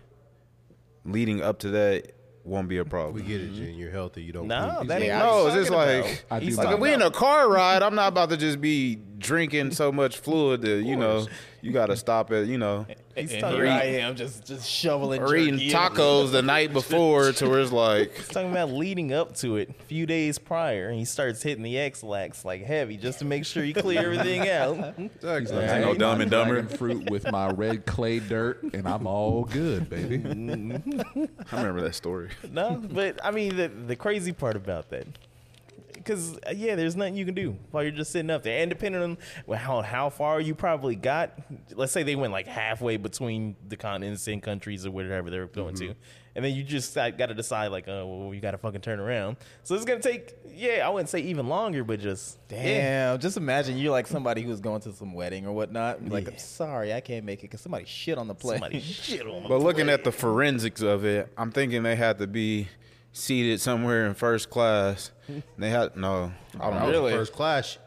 D: leading up to that won't be a problem.
E: we get it, Jen. You're healthy. You don't.
C: Nah,
E: poop.
C: that ain't
A: Yeah,
C: what
A: I
D: no, it's
C: he's
D: just
C: talking
D: like
C: about.
F: I do
C: He's
F: like
D: like if
C: talking
D: we in
C: about-
D: a <laughs> car ride, I'm not about to just be drinking so much fluid that you know you got to stop at you know
C: he's
A: And
C: talking
A: here
C: about-
A: I am, just just shoveling
D: or eating
A: jerky in.
D: tacos the night before to where it's like
C: He's talking about leading up to it a few days prior, and he starts hitting the X-Lax like heavy just to make sure you clear everything
D: <laughs>
C: out.
E: Exactly.
F: I
D: I know
F: ate
D: Dumb
F: my
D: and Dumber.
F: dragon fruit with my red clay dirt, and I'm all good, baby.
D: <laughs> I remember that story.
C: No, but I mean the the crazy part about that, because yeah, there's nothing you can do while you're just sitting up there, and depending on wh- how how far you probably got, let's say they went like halfway between the continents and countries or whatever they were going to, and then you just got to decide like, oh, well, you got to fucking turn around. So it's gonna take, yeah, I wouldn't say even longer, but just yeah.
A: Damn, just imagine you're like somebody who's going to some wedding or whatnot. and be Like, I'm sorry, I can't make it because somebody shit on the plane. <laughs>
C: <laughs> Somebody shit on
D: But looking at the forensics of it, I'm thinking they had to be seated somewhere in first class. They had no, I don't know.
E: First class.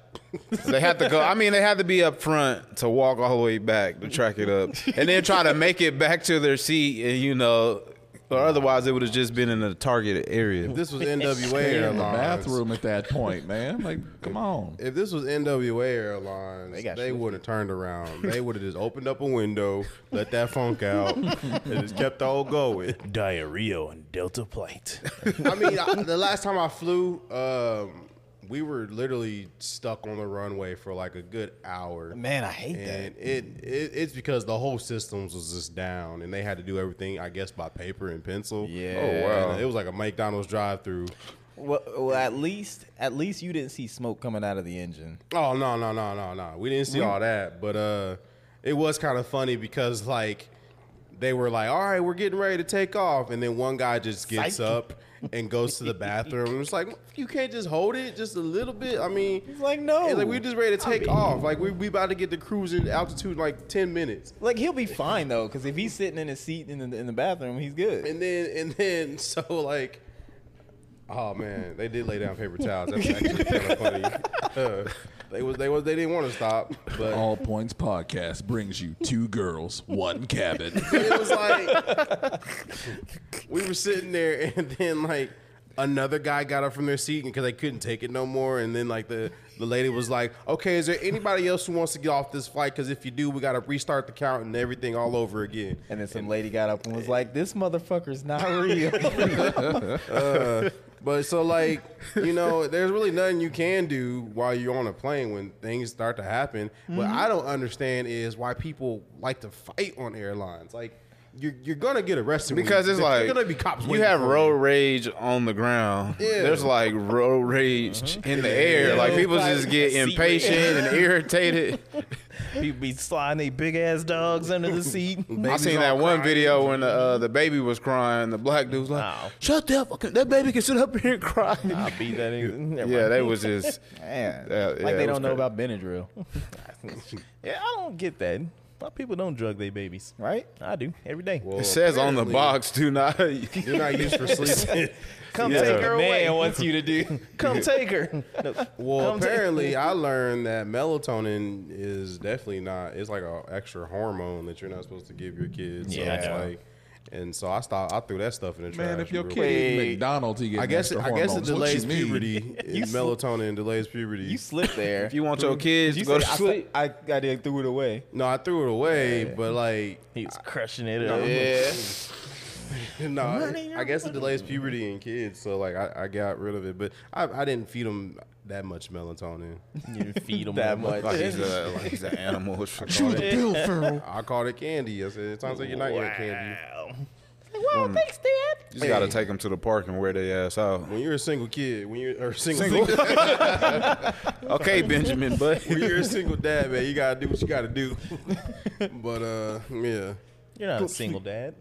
D: They had to go. I mean, they had to be up front to walk all the way back to track it up, and then try to make it back to their seat, and you know, or otherwise it would have just been in the target area.
E: This was NWA
F: Stay in the
E: Airlines.
F: bathroom at that point, man. Like, come on.
E: If this was NWA Airlines,
A: They
E: they,
A: got shit.
E: would have
A: <laughs>
E: turned around. They would have just opened up a window, let that funk out, and just kept all going.
C: diarrhea and Delta plight.
E: I mean, I, the last time I flew um, we were literally stuck on the runway for like a good hour.
A: Man, I hate that.
E: and it, it it's because the whole systems was just down, and they had to do everything, I guess, by paper and pencil.
A: Yeah.
D: Oh, wow.
E: And it was like a McDonald's drive-through.
A: Well, well, at least at least you didn't see smoke coming out of the engine.
E: Oh no no no no no! We didn't
A: Mm-hmm.
E: see all that, but uh, it was kind of funny because like they were like, "All right, we're getting ready to take off," and then one guy just gets
A: Psych.
E: up and goes to the bathroom. It's like you can't just hold it just a little bit. I mean,
A: It's like no,
E: it's like we just ready to take off. Like we we about to get to cruising altitude in like ten minutes.
A: Like, he'll be fine though, because if he's sitting in his seat in the in the bathroom, he's good.
E: And then and then <laughs> so like oh man, they did lay down paper towels. That's actually kind of funny. <laughs> Uh, they was they was they didn't want to stop, but
F: All Points Podcast brings you two girls, one cabin.
E: it was like we were sitting there <laughs> and then like another guy got up from their seat because they couldn't take it no more and then like the the lady was like okay is there anybody else who wants to get off this flight because if you do we got to restart the count and everything all over again
A: And then some lady got up and was like, "This motherfucker's not real."
E: But so like you know, there's really nothing you can do while you're on a plane when things start to happen. What
D: Mm-hmm.
E: I don't understand is why people like to fight on airlines. Like you're you're gonna get arrested when
D: Because
E: you-
D: it's
E: there-
D: like
E: there gonna be cops.
D: You
E: waiting
D: have
E: for you.
D: road rage on the ground.
E: Yeah.
D: There's like road rage in the air. like
A: Yeah.
D: people just get
C: Secret.
D: impatient and irritated.
C: People be sliding they big ass dogs under <laughs> the seat.
D: I
E: Babies
D: seen
E: all
D: that one
E: crying.
D: video when the uh, the baby was crying. The black dude's like,
C: Wow.
D: "Shut the fuck up! That baby can sit up here and cry."
C: I beat that. In. <laughs> Never
D: yeah, <laughs>
C: mind.
D: they was just
A: Man,
D: Yeah, yeah,
A: like
D: it
A: they
D: was
A: don't know
D: crazy.
A: about Benadryl,
C: yeah. I don't get that. Why people don't drug their babies?
A: right?
C: I do every day.
E: Well,
D: It says on the
E: apparently,
D: box, "Do not." <laughs>
E: You're not used for sleeping.
C: Come
D: Yeah.
C: take her
A: Man
C: away. <laughs>
A: wants you to do.
C: Come take her. <laughs> No.
E: well,
C: Come take-
F: <laughs>
E: apparently, I learned that melatonin is definitely not. It's like an extra hormone that you're not supposed to give your kids. So
C: Yeah, I
E: it's
C: know.
E: like, and so I stopped. I threw that stuff in the trash.
F: Man, if your
E: real
F: kid eat McDonald's, he gets
E: I guess
F: extra
E: I guess it
F: hormones.
E: delays
F: What <laughs> you mean?
E: puberty.
A: You sl-
E: melatonin delays puberty.
A: You slipped there.
D: if you want your kids to
A: You
D: go to
A: said I-
D: sleep,
A: I, I, did threw it away.
E: no, I threw it away, but like, <laughs>
C: He was crushing it. up.
D: yeah,
E: no, I, I guess it delays puberty in kids. So like, I, I got rid of it, but I, I didn't feed them that much melatonin.
C: You didn't
A: <laughs>
C: feed him
A: That much.
D: like he's a like he's an animal.
F: Shoot a bill, Ferrell.
E: I called it candy. I said, it sounds like you're not getting candy.
C: Wow.
D: You just gotta take them to the park and wear their ass out.
E: When you're a single kid, when you're or single,
D: Okay, Benjamin, but
E: when
F: <laughs>
E: you're a single dad, man, you gotta do what you gotta do. <laughs> but uh, yeah,
C: You're not
A: <laughs>
C: a single dad.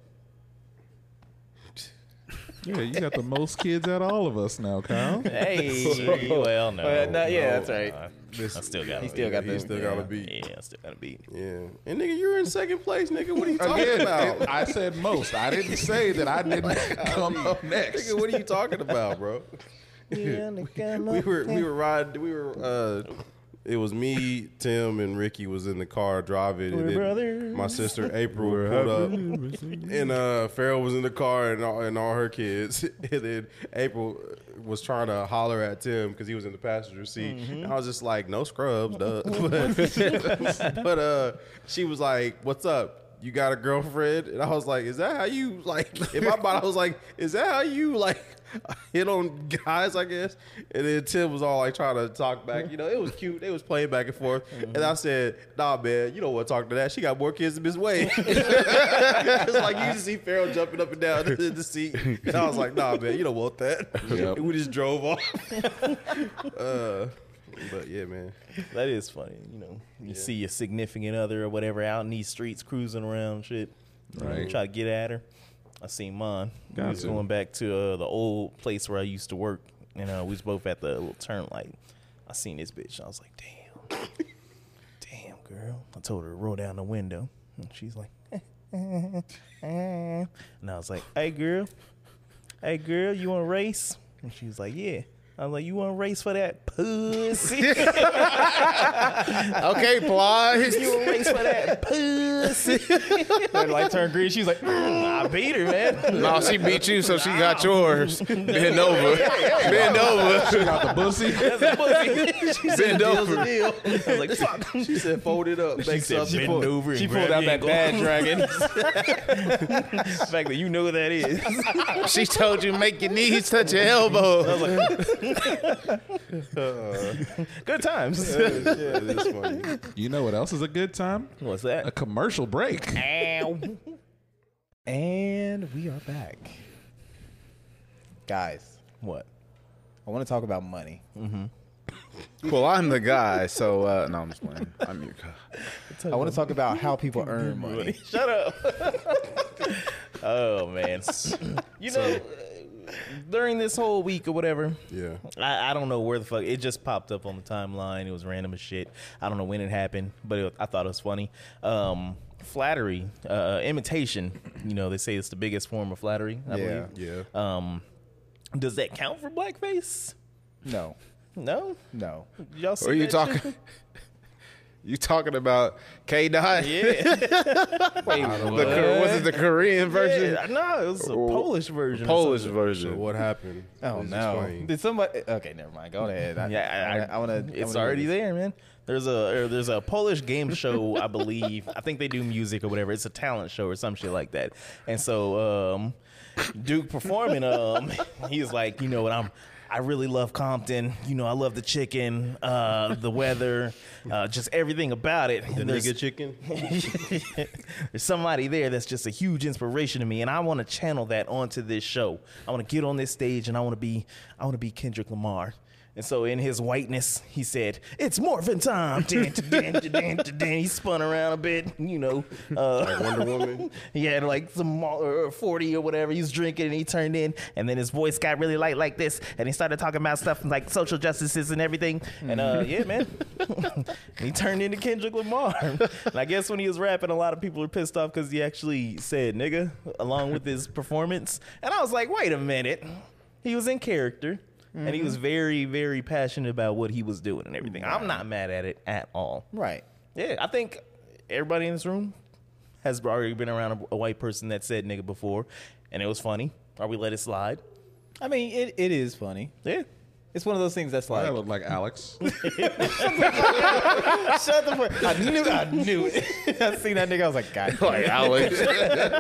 F: <laughs> Yeah, you got the most kids out of all of us now, Kyle.
C: Hey, well, no.
A: Uh, no, yeah, that's right.
C: Uh, I still got.
A: He still got
E: he
A: the.
E: still
A: yeah.
E: gotta beat.
C: Yeah, I still got to beat.
E: Yeah, and nigga, you're in second place, nigga. What are you talking
F: Again,
E: about?
F: I said most. I
E: <laughs>
F: didn't say that I
E: Oh,
F: didn't come up next.
E: Nigga, what are you talking about, bro? <laughs> we were we were riding. We were. uh It was me, Tim, and Ricky was in the car driving. and
C: We're
E: then
C: brothers.
E: My sister April pulled up, and uh Farrell was in the car and all, and all her kids. <laughs> And then April was trying to holler at Tim because he was in the passenger seat. And I was just like, "No scrubs, duh." <laughs> but, but, uh, she was like, "What's up?" You got a girlfriend, and I was like, "Is that how you like?" In my mind, I was like, "Is that how you like <laughs> hit on guys, I guess. And then Tim was all like trying to talk back. You know, it was cute. They was playing back and forth. And I said, nah, man, you don't want to talk to that. She got more kids than Miss <laughs> Wade. it's like you just see Farrell jumping up and down <laughs> in the seat. And I was like, nah, man, you don't want that.
F: Yep.
E: <laughs> And we just drove off. <laughs> uh, but yeah, man.
C: That is funny. You know, you see your significant other or whatever out in these streets cruising around, shit. You know,
F: Right.
C: Try to get at her. I seen mine. we was
D: to.
C: going back to uh, the old place where I used to work, and uh, we was both at the little turn light. I seen this bitch. I was like, damn, damn girl. I told her to roll down the window, and she's like, <laughs> and I was like, hey girl, hey girl, you want to race? And she was like, yeah. I was like, you want to race for that pussy?
D: okay, Plies.
C: You a race for that <laughs> pussy. Her light turned green. She's like, "Mm, I beat her, man.
D: No, she beat you, so she
F: <laughs>
D: got yours. Bend over, bend over.
F: Got the
D: <laughs>
F: pussy.
C: That's a pussy.
A: she
D: Bend
A: said, deal's
D: over.
A: a deal. I was like, fuck.
E: She said, "Fold it up."
C: She said,
A: She
C: bend
A: pulled-
C: over and
A: she
C: grab
A: pulled out
C: your
A: that bad
C: ankle.
A: dragon.
C: The fact that you know what that is.
D: She told you make your knees touch your elbows.
C: Good times.
E: yeah, that's funny.
F: You know what else is a good time?
C: What's
F: A
C: that?
F: commercial break.
A: And we are back. Guys,
C: What?
A: I want to talk about money.
D: Well, I'm the guy, so uh, no, I'm just playing. I'm your guy.
A: I want to talk about how people earn money.
C: Shut up. <laughs> oh man. You know, uh, during this whole week or whatever,
E: Yeah.
C: I, I don't know where the fuck it just popped up on the timeline. It was random as shit. I don't know when it happened, but it, I thought it was funny. Um, flattery, uh, imitation. You know, they say it's the biggest form of flattery. I
A: Yeah.
C: believe.
E: Yeah.
C: Um, does that count for blackface?
A: No,
C: No.
A: no.
C: Y'all see
D: Or you
C: that shit?
D: talking? <laughs> You talking about K Dot?
C: Yeah.
D: The, Kor- was it the Korean version?
C: yeah. No, it was a
D: Or-
C: Polish version. or
D: Polish
C: something.
D: version.
E: So what happened?
A: Oh
E: Please
A: no!
E: explain.
A: Did somebody? Okay, never mind. Go ahead. I,
C: Yeah, I,
A: I, want to.
C: It's already there, man. There's a or there's a Polish game show, I believe. I think they do music or whatever. It's a talent show or some shit like that. And so um, Duke performing, um, <laughs> he's like, you know what, I'm. I really love Compton. You know, I love the chicken, uh, the weather, uh, just everything about it.
E: The
C: And there's-
E: nigga chicken.
C: there's somebody there that's just a huge inspiration to me, and I want to channel that onto this show. I want to get on this stage, and I want to be, I want to be Kendrick Lamar. And so, in his whiteness, he said, "It's Morphin time." Dun, dun, dun, dun, dun, dun. He spun around a bit, you know. Uh,
E: Wonder Woman.
C: <laughs> he had like some malt or forty or whatever. He was drinking, and he turned in, and then his voice got really light like this, and he started talking about stuff like social justices and everything. And uh, yeah, man, <laughs> he turned into Kendrick Lamar. <laughs> and I guess when he was rapping, a lot of people were pissed off because he actually said "nigga" along with his performance. And I was like, wait a minute, he was in character. And he was very, very passionate about what he was doing and everything. I'm not mad at it at all.
A: Right.
C: Yeah, I think everybody in this room has already been around a, a white person that said nigga before, and it was funny. Or we let it slide.
A: I mean, it, it is funny.
C: Yeah.
A: It's one of those things that's
F: I
A: like.
F: look like Alex.
A: Shut the fuck. I knew. I knew it. <laughs> I seen that nigga. I was like, God. damn.
D: Like <laughs> Alex,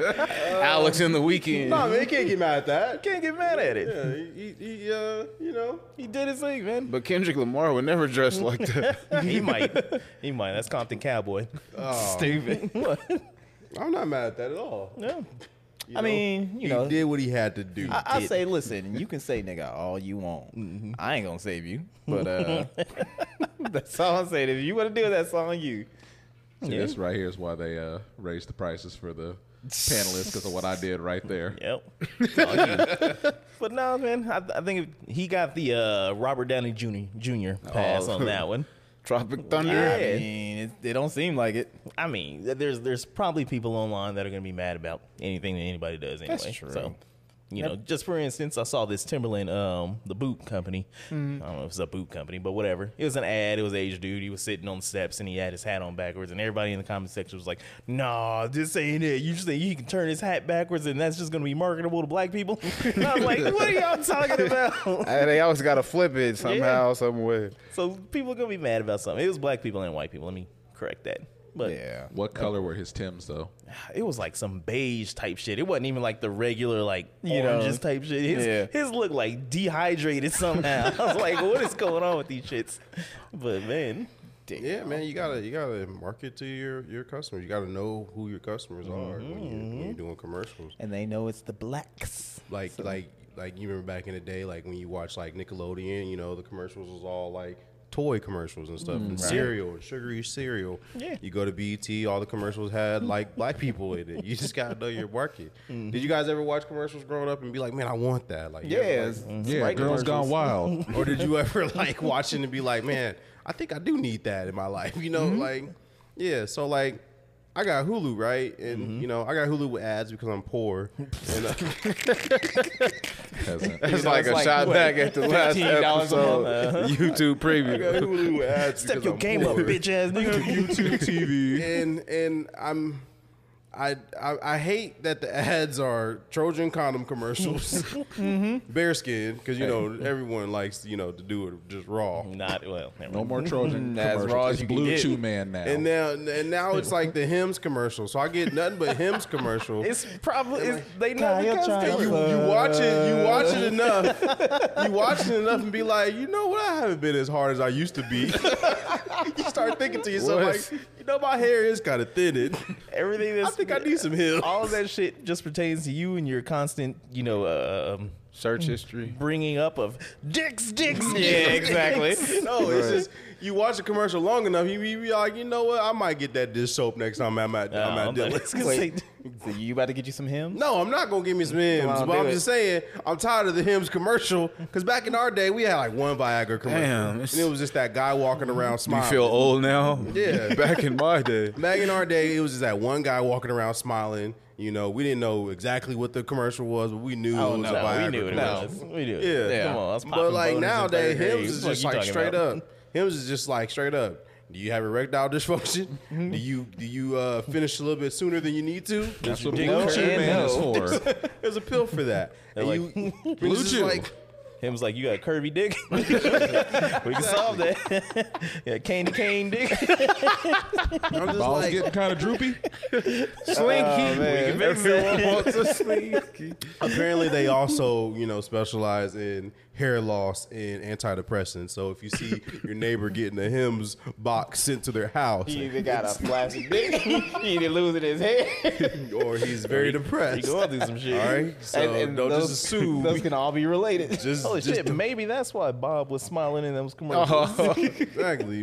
D: Alex in the weekend.
E: No, man, you can't get mad at that.
C: Can't get mad at it.
E: Yeah, he, he, he, uh, you know,
C: He did his thing, man.
D: But Kendrick Lamar would never dress like that.
C: he might. He might. That's Compton Cowboy.
A: Stupid.
E: I'm not mad at that at all.
C: Yeah.
A: I mean, you know.
E: he did what he had to do.
A: I, I say, listen, you can say nigga all you want. I ain't gonna save you, but uh, that's all I'm saying. If you want to do it, that's on you.
F: See, This right here is why they uh, raised the prices for the panelists because of what I did right there.
C: <laughs> Yep. It's all you. but no, man. I, I think he got the uh, Robert Downey Jr. Jr. pass on that one.
D: Tropic Thunder.
A: I
C: Yeah.
A: mean, it, it don't seem like it.
C: I mean, th- there's there's probably people online that are going to be mad about anything that anybody does anyway.
A: true.
C: So, you know, just for instance, I saw this Timberland, um, the boot company.
A: Mm-hmm.
C: I don't know if it's a boot company, but whatever. It was an ad. It was an Asian dude. He was sitting on the steps and he had his hat on backwards. And everybody in the comment section was like, "Nah, this ain't it. You just think you can turn his hat backwards and that's just going to be marketable to black people." <laughs> and I'm like, "What are y'all talking about?" <laughs>
D: Hey, they always gotta flip it somehow,
C: Yeah.
D: some way.
C: so people are going to be mad about something. It was black people and white people. Let me correct that. But
A: Yeah.
F: What color were his Tims though?
C: it was like some beige type shit. It wasn't even like the regular like
A: You know.
C: oranges type shit. His,
A: Yeah.
C: his looked like dehydrated somehow. I was like, what is going on with these shits? But man,
E: yeah, man, you gotta you gotta market to your your customers. You gotta know who your customers are when you're, when you're doing commercials.
A: And they know it's the blacks.
E: Like like like you remember back in the day, like when you watch like Nickelodeon, you know the commercials was all like toy commercials and stuff, and cereal and sugary cereal.
C: Yeah.
E: You go to BET, all the commercials had like black people in it. You just gotta know your market. Did you guys ever watch commercials growing up and be like, man, I want that? Like, you ever, like,
A: Yes.
F: Yeah, girls gone wild.
E: or did you ever <laughs> like watching and be like, man, I think I do need that in my life? <laughs> You know, like, yeah. So like, I got Hulu, right? And you know, I got Hulu with ads because I'm poor. And, uh,
F: Peasant.
D: It's
A: know,
D: like
A: it's
D: a
A: like,
D: shot
A: what,
D: back at the last
A: $15 a
D: episode. <laughs>
A: month?
D: YouTube
E: I got
D: preview.
E: <laughs> Hulu with <laughs> ads.
C: step
E: because
C: your
E: I'm
C: game up,
E: poor.
C: bitch ass nigga.
F: YouTube TV.
E: And and I'm. I, I I hate that the ads are Trojan condom <laughs> commercials, Mm-hmm. bearskin, because you know everyone likes you know to do it just raw.
C: Not well. Never
F: No more Trojan
A: As
F: commercials.
A: raw as
F: it's
A: you can
F: Blue
A: get.
F: Chew Man now.
E: And now and now it's like the hymns commercial, so I get nothing but hymns <laughs> commercial.
C: It's probably it's, they know
A: Kyle
C: because
A: trying
C: they
E: you, you watch it, you watch it enough, you watch it enough, and be like, you know what? I haven't been as hard as I used to be. <laughs> you start thinking to yourself,
C: What?
E: like, you know, my hair is kind of <laughs> thinning.
C: everything.
E: I
C: That's,
E: think I need some hills.
C: all of that shit just pertains to you and your constant, you know, um,
D: Search history.
C: bringing up of dicks, dicks.
A: Yeah,
C: <laughs>
A: exactly.
E: No, oh, it's just you watch a commercial long enough, you be you be like, you know what? I might get that dish soap next time I'm at I'm at
C: I'm not-
E: Dylan's.
C: <laughs>
A: Wait, so you about to get you some hymns?
E: No, I'm not gonna give me some hymns,
A: on,
E: but
A: do
E: I'm
A: it.
E: just saying I'm tired of the hymns commercial because back in our day we had like one Viagra commercial,
D: Damn,
E: and
D: it's-
E: it was just that guy walking around
D: You
E: smiling.
D: feel old now?
E: Yeah.
D: <laughs> Back in my day.
E: Back in our day, it was just that one guy walking around smiling. You know, we didn't know exactly what the commercial was, but we knew it was
C: Oh, No,
E: a Viagra.
C: we knew what it
E: commercial.
C: was. We knew it.
E: Yeah.
C: Yeah. Come on, that's
E: But like nowadays,
C: hims
E: hymns is just like straight up. Hymns is just like straight up. Do you have erectile dysfunction?
C: <laughs>
E: do you do you uh, finish a little bit sooner than you need to?
F: That's what
C: Dick
F: Blue Chew
C: Curry.
F: Man is
A: No.
F: for.
E: There's a pill
C: <laughs>
E: for that. and
C: like,
E: you, it's just
F: Chew.
E: like
C: Him's like, you got a curvy dick. <laughs> we can solve that. <laughs> yeah, candy cane dick.
E: I'm just
F: Balls
E: like
F: getting kind of droopy.
A: man.
D: Everyone wants a slinky.
E: apparently they also you know specialize in hair loss and antidepressants. So if you see your neighbor getting a hymns box sent to their house,
A: He either <laughs> got a flaccid dick, he either losing his head.
E: or he's
C: <laughs>
E: very
C: You
E: depressed. All
C: going through some shit.
E: right, so don't
A: those,
E: just assume.
A: those can all be related. <laughs>
E: just,
C: Holy
E: just
C: shit, maybe that's why Bob was smiling in those commercials.
E: exactly,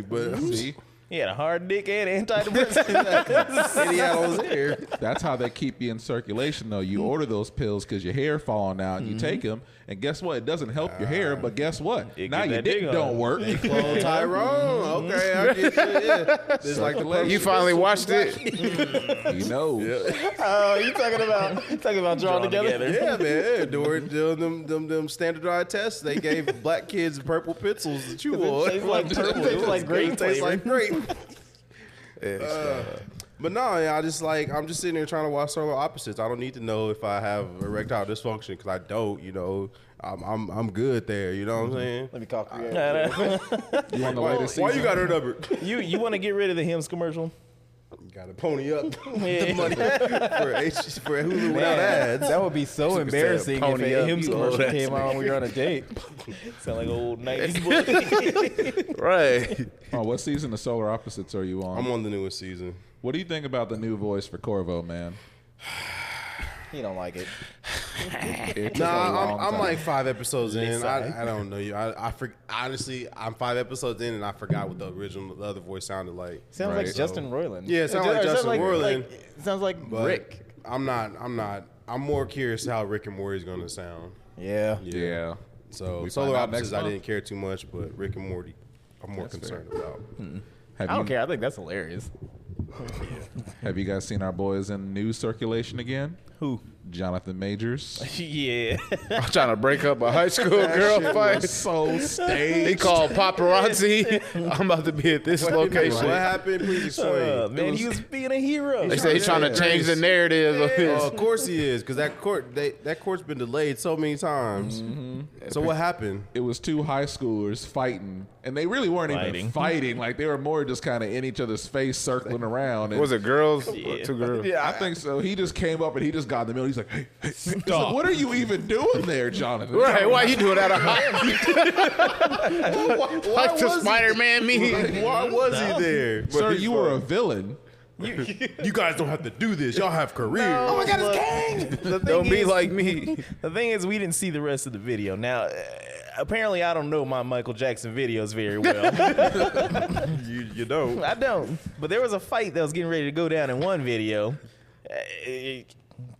A: <laughs>
E: but
F: See,
C: <laughs> He had a hard dick and antidepressants.
E: and he had on his hair.
F: that's how they keep you in circulation, though. You order those pills because your hair falling out. You take them, and guess what? It doesn't help your hair, but guess what?
C: it get
F: Now your
C: that dick
F: dick
C: hard.
F: don't work.
E: Oh, Tyrone. Okay, I get you. Yeah. It's like the
D: <laughs> You finally watched it?
F: you know.
A: Oh, you talking about talking about drawing, together? <laughs>
E: Yeah, man. Yeah, During during them, them, them standardized tests, they gave black kids purple pencils that you
A: It
E: want.
A: tastes
E: <laughs>
A: like purple. It tastes like grape
E: It tastes like grape.
A: <laughs>
D: It's, uh,
E: But no, yeah, I just like I'm just sitting there trying to watch solar opposites. I don't need to know if I have erectile dysfunction because I don't. You know, I'm I'm I'm good there. You know what I'm saying?
A: Mm-hmm. Let me call Creator.
F: You on the way
E: Why,
F: to
E: why you
F: season?
E: got her number?
C: <laughs>
E: <laughs>
C: you you want to get rid of the Hims commercial?
E: You got to
A: <laughs>
E: pony up
C: Yeah.
E: the money for H, for Hulu without
A: Man,
E: ads.
A: that would be so embarrassing if
D: pony
A: a
D: up,
A: hymns
D: you
A: commercial
D: old-ass
A: came out when we were on a date.
C: Sound like old nineties book.
D: right.
F: Oh, what season of Solar Opposites are you on?
E: I'm on the newest season.
F: What do you think about the new voice for Corvo, man?
A: He don't like it.
F: It took
E: No,
F: a
E: I'm,
F: long
E: I'm
F: time.
E: like five episodes in.
C: Listen.
E: I, I don't know you. I, I for, honestly, I'm five episodes in, and I forgot what the original, the other voice sounded like.
A: Sounds like
F: Right.
A: Justin Roiland.
E: Yeah, it sounds
A: Or
E: like Justin Roiland.
A: like- it sounds like
E: But
A: Rick.
E: I'm not. I'm not. I'm more curious how Rick and Morty's going to sound.
A: Yeah.
F: yeah.
E: So
F: We
E: Solar
F: find out next
E: Opposites, I
F: month.
E: didn't care too much, but Rick and Morty, I'm more
F: That's Hmm.
E: concerned about.
F: Have
A: I
F: you,
A: don't care. I think that's hilarious.
F: Have you guys seen our boys in news circulation again?
C: Who?
F: Jonathan Majors.
C: <laughs>
A: <laughs>
C: Yeah.
D: I'm trying to break up a high school girl fight.
F: so staged.
D: He called paparazzi. I'm about to be at this
E: What
D: location.
E: happened? Please explain.
C: Uh, man, he was being a hero.
D: They say he's trying to change the narrative of his.
E: Oh, of course he is, because that court they, that court's been delayed so many times.
F: Mm-hmm.
E: So what happened?
F: It was two high schoolers fighting, and they really weren't
C: Fighting.
F: even fighting. Like they were more just kind of in each other's face, circling around. And
D: Was it girls? Two girls.
F: I think so. He just came up and he just got in the middle. He's like, "Hey, hey, He's like, what are you even doing there, Jonathan?"
D: <laughs> Right, why <laughs> you doing that? at a high-
A: <laughs>
D: Like the Spider Man meme.
E: Why was he there?
F: <laughs> Sir, you were a villain.
E: You guys don't have to do this. Y'all have
C: <laughs>
E: careers.
C: Oh my god, it's gang! The thing
D: Don't be
C: is-
D: like me.
C: <laughs> The thing is, we didn't see the rest of the video. Now, uh, apparently, I don't know my Michael Jackson videos very well.
E: You, you don't.
C: I don't. But there was a fight that was getting ready to go down in one video. Uh,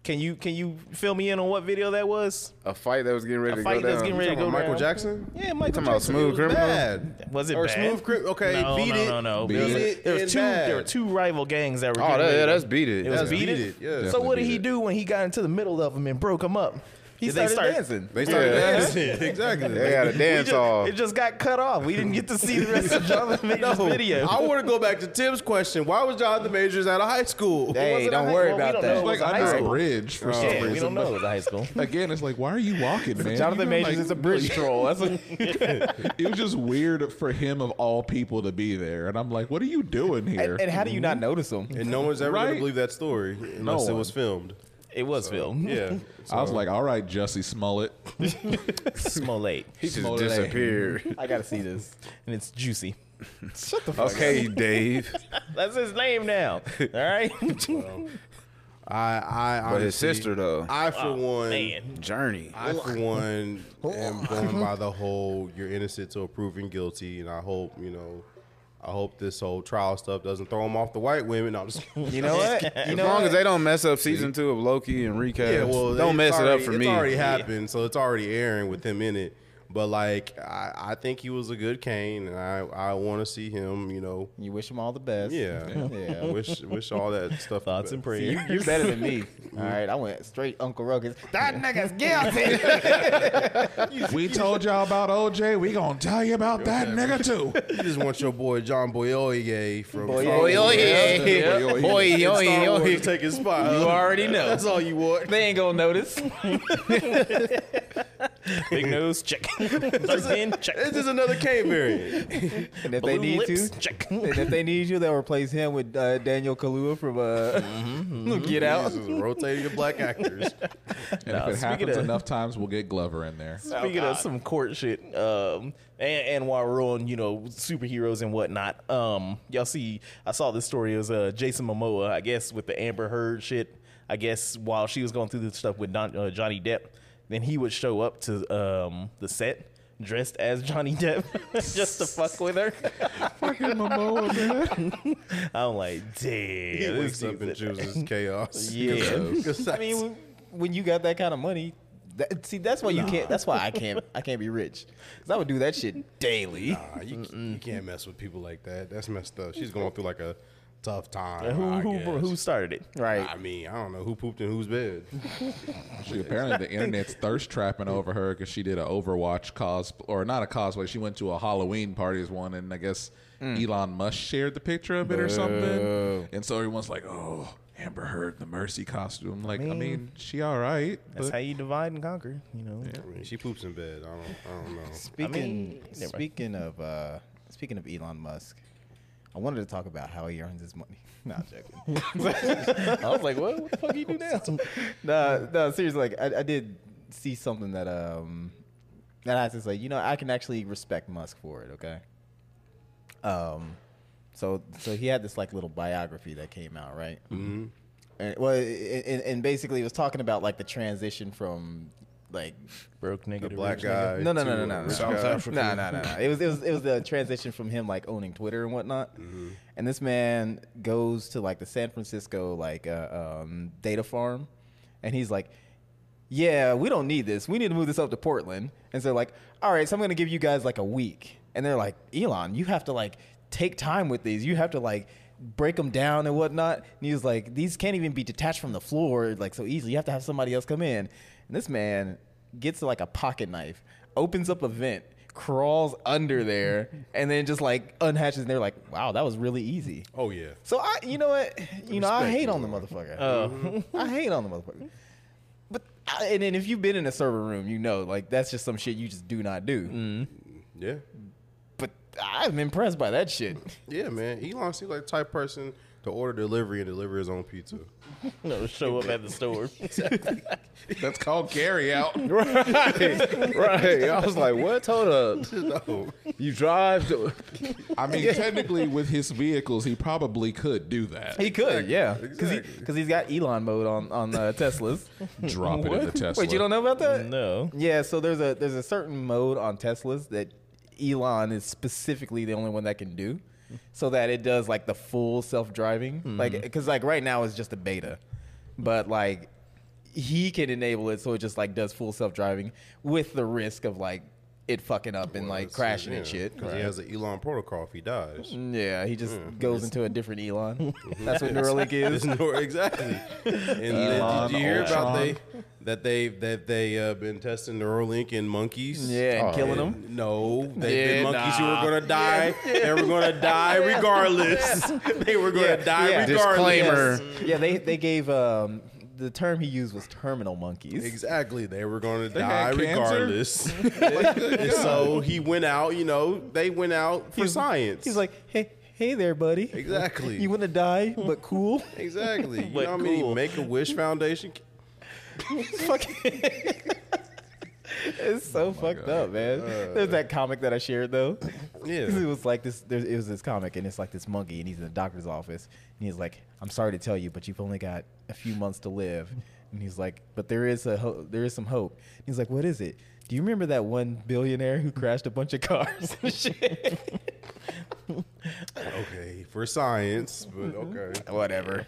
C: Can you can you fill me in on what video that was?
D: A fight that was getting ready
C: A
D: to
C: fight
D: go
C: that's
D: down.
C: getting ready to go
E: Michael
C: down.
E: Jackson?
C: Yeah, Michael
D: Talking about
C: Jackson.
D: smooth
E: It was
D: criminal.
E: bad.
C: Was it
E: Or
C: bad?
E: smooth cri- okay,
C: no,
E: beat
C: no,
E: it.
C: No, no,
F: Beat
C: There was,
E: it
C: there was
E: and
C: two. There
E: bad.
C: were two rival gangs that were.
D: Oh,
C: getting
D: that,
C: ready.
D: yeah, that's beat it.
C: It was
D: That's
C: beat,
E: Beat
C: it.
E: It, yeah.
C: So what did
F: Definitely
C: he
F: beat
C: do when he got into the middle of them and broke them up?
A: He
C: Did they
A: started
C: start-
A: dancing.
D: They started dancing.
C: <laughs>
E: exactly.
D: They had a dance off.
C: It just got cut off. We didn't get to see the rest of Jonathan Major's video.
E: I want to go back to Tim's question. Why was Jonathan Majors out of high school?
A: Hey,
C: wasn't a
A: don't
C: high-
A: worry
C: well, we
A: about
C: don't
A: that.
C: know.
F: like
C: was a high
F: under a
C: school.
F: bridge for some
C: yeah,
F: reason.
C: we don't know. It was a high school.
F: Again, it's like, why are you walking, man?
A: Oh. Jonathan
F: You know,
A: Majors
F: like,
A: is a bridge troll. That's what,
F: It was just weird for him of all people to be there, and I'm like, what are you doing here?
A: and, and how do you
C: Mm-hmm.
A: not notice him?
E: And no one's ever going
F: Right?
E: to believe that story unless it was filmed.
C: It was filmed. <laughs>
E: Yeah.
F: I was like, all right, Jussie Smollett.
C: Smollett.
D: He just
F: Smollett.
A: <laughs>
D: disappeared.
A: I gotta see this.
C: And
A: <laughs>
C: it's juicy.
D: okay, Dave.
C: That's his name now. All right.
E: I, I,
D: But his
E: honestly-
D: sister though,
E: I for one,
C: Oh, Man.
D: Journey.
E: I
C: <laughs>
E: for one am going by the whole "you're innocent till proven guilty," and I hope you know, I hope this whole trial stuff doesn't throw him off the white women.
C: <laughs>
E: I'm just
A: You know what? You
D: As
A: know
D: long
A: what?
D: as they don't mess up season two of Loki and recap,
E: yeah, well,
D: don't
E: it's
D: mess it up
E: already-
D: for
E: it's
D: me.
E: already happened, so it's already airing with him in it. But like, I, I think he was a good Kane, and I, I want to see him. You know,
A: you wish him all the best.
E: yeah,
C: <laughs>
E: yeah. wish, wish all that stuff. the
C: Thoughts and
E: best.
A: You,
C: prayers.
A: you're better than me. All right, I went straight Uncle Ruckus. That nigga's guilty.
F: We told y'all about OJ. We gonna tell you about that nigga too.
E: <laughs> You just want your boy John Boyoye from
A: Boyoye.
F: Boyoye.
E: Star Wars to take his spot.
A: You already know.
E: That's all you want.
A: They ain't gonna
C: <laughs>
A: notice.
C: Big nose, check. Dark skin, check.
E: This is another Kane variant.
A: And if
C: Blue
A: they need
C: lips,
A: to,
C: check.
A: and if they need you, they'll replace him with uh, Daniel Kalua from uh, <laughs> Get Out.
E: This is rotating of black actors.
F: And
C: Nah,
F: if it
C: speaking
F: happens
C: of-
F: enough times, we'll get Glover in there.
E: Oh,
C: Speaking of some court shit, um, and, and while we're on, you know, superheroes and whatnot, um, y'all see, I saw this story. It was uh, Jason Momoa, I guess, with the Amber Heard shit. I guess while she was going through this stuff with Don, uh, Johnny Depp, then he would show up to um, the set dressed as Johnny Depp <laughs> just to fuck with her.
F: Fucking Momoa, man.
C: I'm like, damn.
E: he
C: this
E: wakes up and
C: dude's-
E: chooses chaos. <laughs>
C: Yeah.
A: I mean, when- when you got that kind of money, that, see that's why you can't. That's why I can't. I can't be rich. 'Cause I would do that shit daily.
E: Nah, you, you can't mess with people like that. That's messed up. She's going through like a tough time.
C: Who,
E: I
C: who,
E: guess.
C: who started it?
A: Right.
E: I mean, I don't know who pooped in whose bed.
F: She, apparently, the internet's thirst trapping over her because she did an Overwatch cos or not a cosplay. She went to a Halloween party as one, and I guess
C: Mm.
F: Elon Musk shared the picture of it or something. And so everyone's like, "Oh, Amber Heard, the Mercy costume." Like, I mean, she all right.
C: That's
F: but-
C: how you divide and conquer, you know.
E: I mean, she poops in bed. I don't. I don't know.
A: Speaking
C: mean, never mind.
A: speaking of uh, speaking of Elon Musk, I wanted to talk about how he earns his money. <laughs> Nah, I'm joking. I was like, what, what the fuck do you do
E: <laughs>
A: now? <laughs> no, no, seriously. Like, I, I did see something that um that I was just like, you know, I can actually respect Musk for it. Okay. Um, so so he had this like little biography that came out, right? Mm-hmm. And, well, and, and basically, it was talking about like the transition from like
C: Broke nigga
E: The
C: to
E: black
C: rich nigga.
E: guy.
A: no, no,
E: to
A: no, no,
E: a
A: no, no.
E: rich
D: South
E: guy.
D: Africa.
A: No, no, no,
E: <laughs>
A: no. It was it was it was the transition from him like owning Twitter and whatnot.
D: Mm-hmm.
A: And this man goes to like the San Francisco like uh, um, data farm, and he's like, "Yeah, we don't need this. We need to move this up to Portland." And so like, "All right, so I'm gonna give you guys like a week." And they're like, "Elon, you have to like take time with these. You have to like." Break them down and whatnot. And he was like, "These can't even be detached from the floor like so easily. You have to have somebody else come in." And this man gets like a pocket knife, opens up a vent, crawls under there, and then just like unhatches. And they're like, "Wow, that was really easy."
E: Oh yeah.
A: So I, you know what, you know, I
E: Respect
A: hate
E: is
A: on the motherfucker. <laughs> I hate on the motherfucker. But I, and then if you've been in a server room, you know, like that's just some shit you just do not do.
E: Yeah.
A: But I'm impressed by that shit.
E: Yeah, man. Elon seems like the type person to order delivery and deliver his own pizza.
C: No, show up at the
E: <laughs>
C: store.
F: That's called carry
D: <laughs>
F: out.
D: right. I was like, what? Hold up.
F: <laughs>
E: no.
D: You drive. To-
F: I mean, technically, with his vehicles, he probably could do that.
A: He could, yeah, because
E: exactly.
A: he, has got Elon mode on on uh, Teslas.
F: Drop it in the Tesla.
A: Wait, you don't know about that?
C: no.
A: Yeah, so there's a there's a certain mode on Teslas that Elon is specifically the only one that can do, so that it does like the full self driving, like because like right now it's just a beta, but like he can enable it so it just like does full self driving with the risk of like it fucking up and like crashing and shit.
E: Because he has an Elon protocol if he <laughs> dies.
A: Yeah, he just goes into a different Elon. <laughs> That's what Neuralink is.
E: Nor- exactly. And then, did
F: Elon
E: you hear about
F: Ultron.
E: they that they that they uh, been testing Neuralink in monkeys?
A: Yeah, and killing them.
E: No, they've
A: Yeah,
E: been monkeys who
A: nah.
E: were gonna die. They
A: <laughs>
E: were gonna die regardless. <laughs> They were gonna die
A: yeah.
E: regardless.
D: Disclaimer.
A: Yeah, they they gave um, the term he used was terminal monkeys.
E: Exactly. They were going to die
F: had
A: <laughs>
F: cancer?
E: regardless. And so he went out, you know, they went out for
A: He's-
E: science.
A: He's like, hey, hey there, buddy.
E: Exactly.
A: You want to die, but cool.
E: <laughs>
A: <laughs>
E: exactly. You
C: But
E: know how many
C: cool.
E: Make a Wish Foundation?
A: Fucking- <laughs> it's so
E: Oh
A: fucked up, man. There's that comic that I shared though.
E: Uh. <laughs> Yeah.
A: it was like this. There's, it was this comic, and it's like this monkey, and he's in the doctor's office, and he's like, "I'm sorry to tell you, but you've only got a few months to live." And he's like, "But there is a ho- there is some hope." He's like, "What is it? Do you remember that one billionaire who crashed a bunch of cars and
E: <laughs>
A: shit?"
E: Okay, for science, but
A: Mm-hmm.
E: okay.
A: Whatever.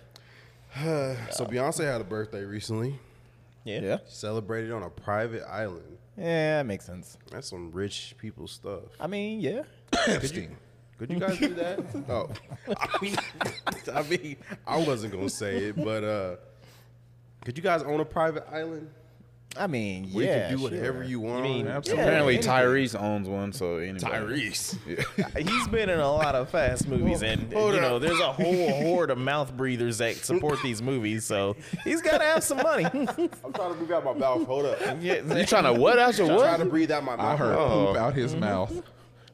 E: So Beyonce had a birthday recently.
C: Yeah.
A: Yeah.
E: Celebrated on a private island.
A: Yeah, that makes sense.
E: That's some rich people stuff.
A: I mean, yeah.
F: Epstein.
E: Could you guys do that? <laughs> Oh, I mean, <laughs> I mean, I wasn't gonna say it, but uh, could you guys own a private island?
A: I mean,
E: We
A: yeah.
E: can do
A: sure.
E: whatever you want.
C: mean-
D: Apparently
A: anything.
D: Tyrese owns one, so anyway.
E: Tyrese.
C: He's been in a lot of fast movies, and
E: hold
C: you
E: up.
C: know, there's a whole horde of mouth breathers that support these movies. So he's got to have some
E: <laughs>
C: money.
E: I'm trying to breathe out my mouth. Hold up. I'm
C: <laughs>
D: You trying to what out your
E: trying
D: what?
E: to breathe out my mouth.
F: I heard
D: Oh.
F: poop out his mouth.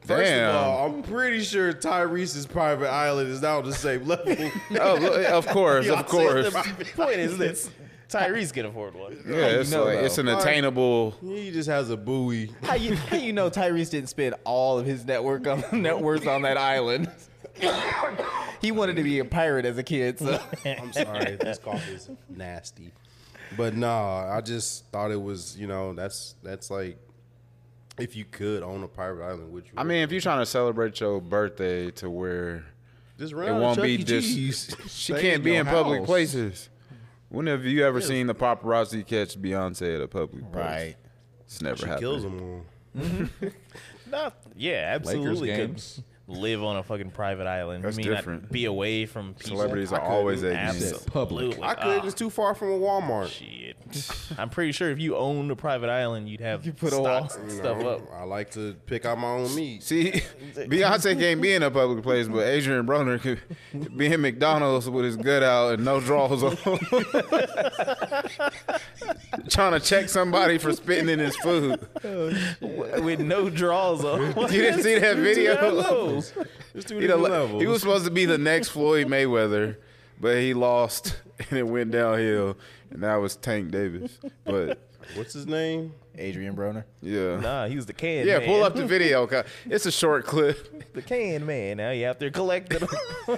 E: First
D: Damn.
E: of all, I'm pretty sure Tyrese's private island is now on the same <laughs> level.
D: Oh, well, of
E: <laughs>
D: course,
C: Y'all
D: of
C: said
D: course.
C: The point is this: Tyrese can afford one.
E: Oh,
D: Yeah, it's,
A: know,
D: like,
A: though.
D: it's an attainable.
E: he just has a buoy.
A: How you how you know Tyrese didn't spend all of his network on <laughs> net worth on that island? <laughs> he wanted to be a pirate as a kid, so
E: I'm sorry, this cough is nasty. But nah, I just thought it was, you know, that's that's like if you could own a private island, would you?
D: I mean, if you're trying to celebrate your birthday to where
E: just
D: it
E: run E.
D: won't be
E: just.
D: <laughs>
E: <laughs>
D: just, she
F: Stay
D: can't
F: in
D: be
F: your
D: in public
F: house.
D: places. When have you ever seen the paparazzi catch Beyonce at a public place? It's never
E: She
D: happened.
E: kills them all.
C: Not, yeah, absolutely. could
F: games.
C: Live on a fucking private island.
D: That's
C: I mean, I'd
D: different.
C: Be away from people.
D: Celebrities are always at
C: Absolutely.
D: games.
F: Public.
E: I could.
C: Ah,
E: it's too far from a Walmart.
C: shit. I'm pretty sure if you owned a private island, you'd have you
A: put
C: put
A: a wall-
C: stocks and
E: You
C: stuff
E: know,
C: up.
E: I like to pick out my own meat.
D: See, <laughs> Beyonce can't be in a public place, but Adrian Broner could be in McDonald's with his gut out and no drawers on. <laughs> Trying to check somebody for spitting in his food.
C: with no draws on.
D: You didn't see that <laughs> video?
C: No.
E: It's two
D: <laughs> He, the-
E: different levels.
D: he was supposed to be the next Floyd Mayweather, but he lost <laughs> and it went downhill, and that was Tank Davis. But
E: What's his name?
A: <laughs> Adrian Broner.
D: yeah,
C: Nah, he was the can.
D: yeah.
C: man.
D: Pull up the video. 'cause It's a short clip.
C: the can man. Now you out there collecting. them.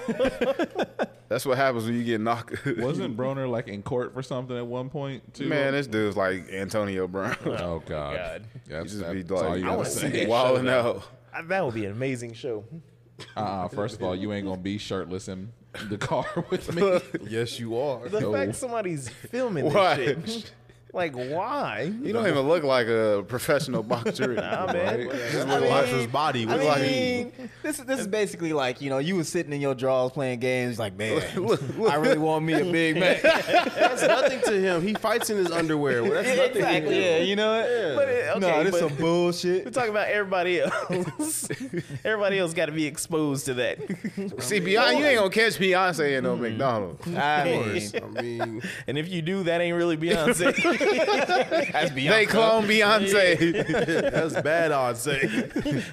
D: That's what happens when you get knocked.
F: Wasn't Broner like in court for something at one point too?
D: <laughs> Man, this dude's like Antonio Brown.
F: oh god,
C: God.
F: Yeah,
D: You
F: that's,
D: just be
F: that's
D: like,
F: all you
D: I
F: gotta
D: want to
F: say.
D: <laughs> see wilding out.
C: Ah, <laughs> that would be an amazing show.
F: Uh-uh, first of all, you ain't gonna be shirtless in the car <laughs>
D: <laughs>
F: with me.
E: Yes, you are.
C: The
F: No.
C: fact somebody's filming
D: Why? <laughs>
C: this shit. <laughs> Like why?
D: You don't even look like a professional boxer.
C: Nah, man.
D: Just
A: I mean-
D: look like-
E: Watch his body.
A: I
E: What like-
A: mean, this this is basically like you know you was sitting in your drawers playing games like <laughs> man, I really want me a Big Mac.
E: that's nothing to him. He fights in his underwear. Well, that's
A: Yeah,
E: nothing.
A: exactly. <laughs> Yeah,
C: <laughs>
A: you know what?
C: But it- okay,
A: no, this
C: but-
A: some bullshit. <laughs>
C: We're talking about everybody else. <laughs> everybody else got to be exposed to that.
D: See, Beyonce, you ain't gonna catch Beyonce in no McDonald's.
A: I mean,
E: I mean,
C: And if you do, that ain't really
F: <laughs>
C: Beyonce.
A: that's Beyonce.
D: They clone Beyonce.
E: that's bad. I'd say.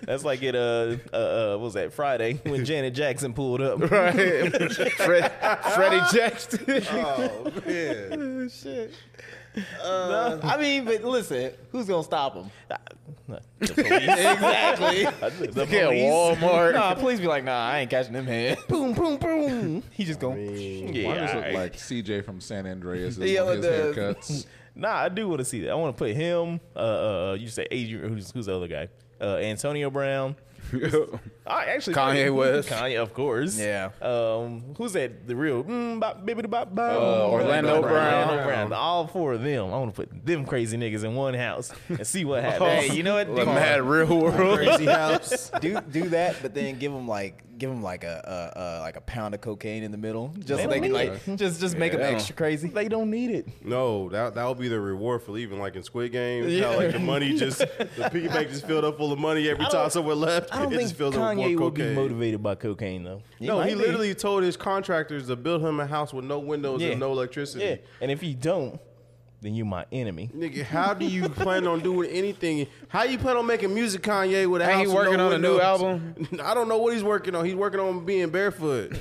C: That's like it. Uh, uh, uh, what was that Friday when Janet Jackson pulled up?
D: <laughs> right? Fred, Freddie Jackson.
E: Oh man.
D: <laughs>
A: Shit. Uh, <laughs> I mean, but listen, who's gonna stop him?
C: The police.
A: Exactly.
C: the
D: Look at
C: police.
D: Walmart.
A: nah, please be like, nah, I ain't catching them head. boom, boom, boom. <laughs> He just going.
C: Yeah,
F: Why does
C: all
F: it look
C: right.
F: like CJ from
D: <laughs>
F: San Andreas is
A: Yeah,
F: on
A: with
F: his
A: the-
F: haircuts?
C: Nah, I do want to see that. I want to put him. Uh, uh, you say Adrian. Who's who's the other guy? Uh, Antonio Brown. I actually
D: Kanye West.
C: Kanye, of course.
A: Yeah.
C: Um, who's that? The real mm, bop, bibbidi bop, bop.
D: Uh, Orlando Brown.
C: Orlando Brown. All four of them. I want to put them crazy niggas in one house and see what
A: <laughs>
C: happens.
A: Hey, you know what?
D: The
A: Do,
D: mad real world.
E: <laughs> Crazy house.
A: do do that, but then give them like give them like a, a, a like a pound of cocaine in the middle, just so they can like just just make them
D: Yeah.
A: extra crazy.
C: they don't need it.
E: No, that that would be the reward for leaving. Like in Squid Game, yeah.
A: Yeah.
E: like the money just the piggy bank just filled up full of money every time someone left.
C: I don't
E: it
C: think
E: just fills up
C: Kanye
E: with more
C: would be
E: cocaine.
C: motivated by cocaine though.
E: no,
A: might
E: he
A: be.
E: literally told his contractors to build him a house with no windows
C: Yeah.
E: and no electricity.
C: Yeah. And if you don't, then you my enemy.
E: Nigga, how do you plan on doing anything? How you plan on making music, Kanye? With a
D: Ain't
E: house
D: he
E: with
D: working
E: no
D: on a new
E: windows?
D: album?
E: <laughs> I don't know what he's working on. He's working on being barefoot.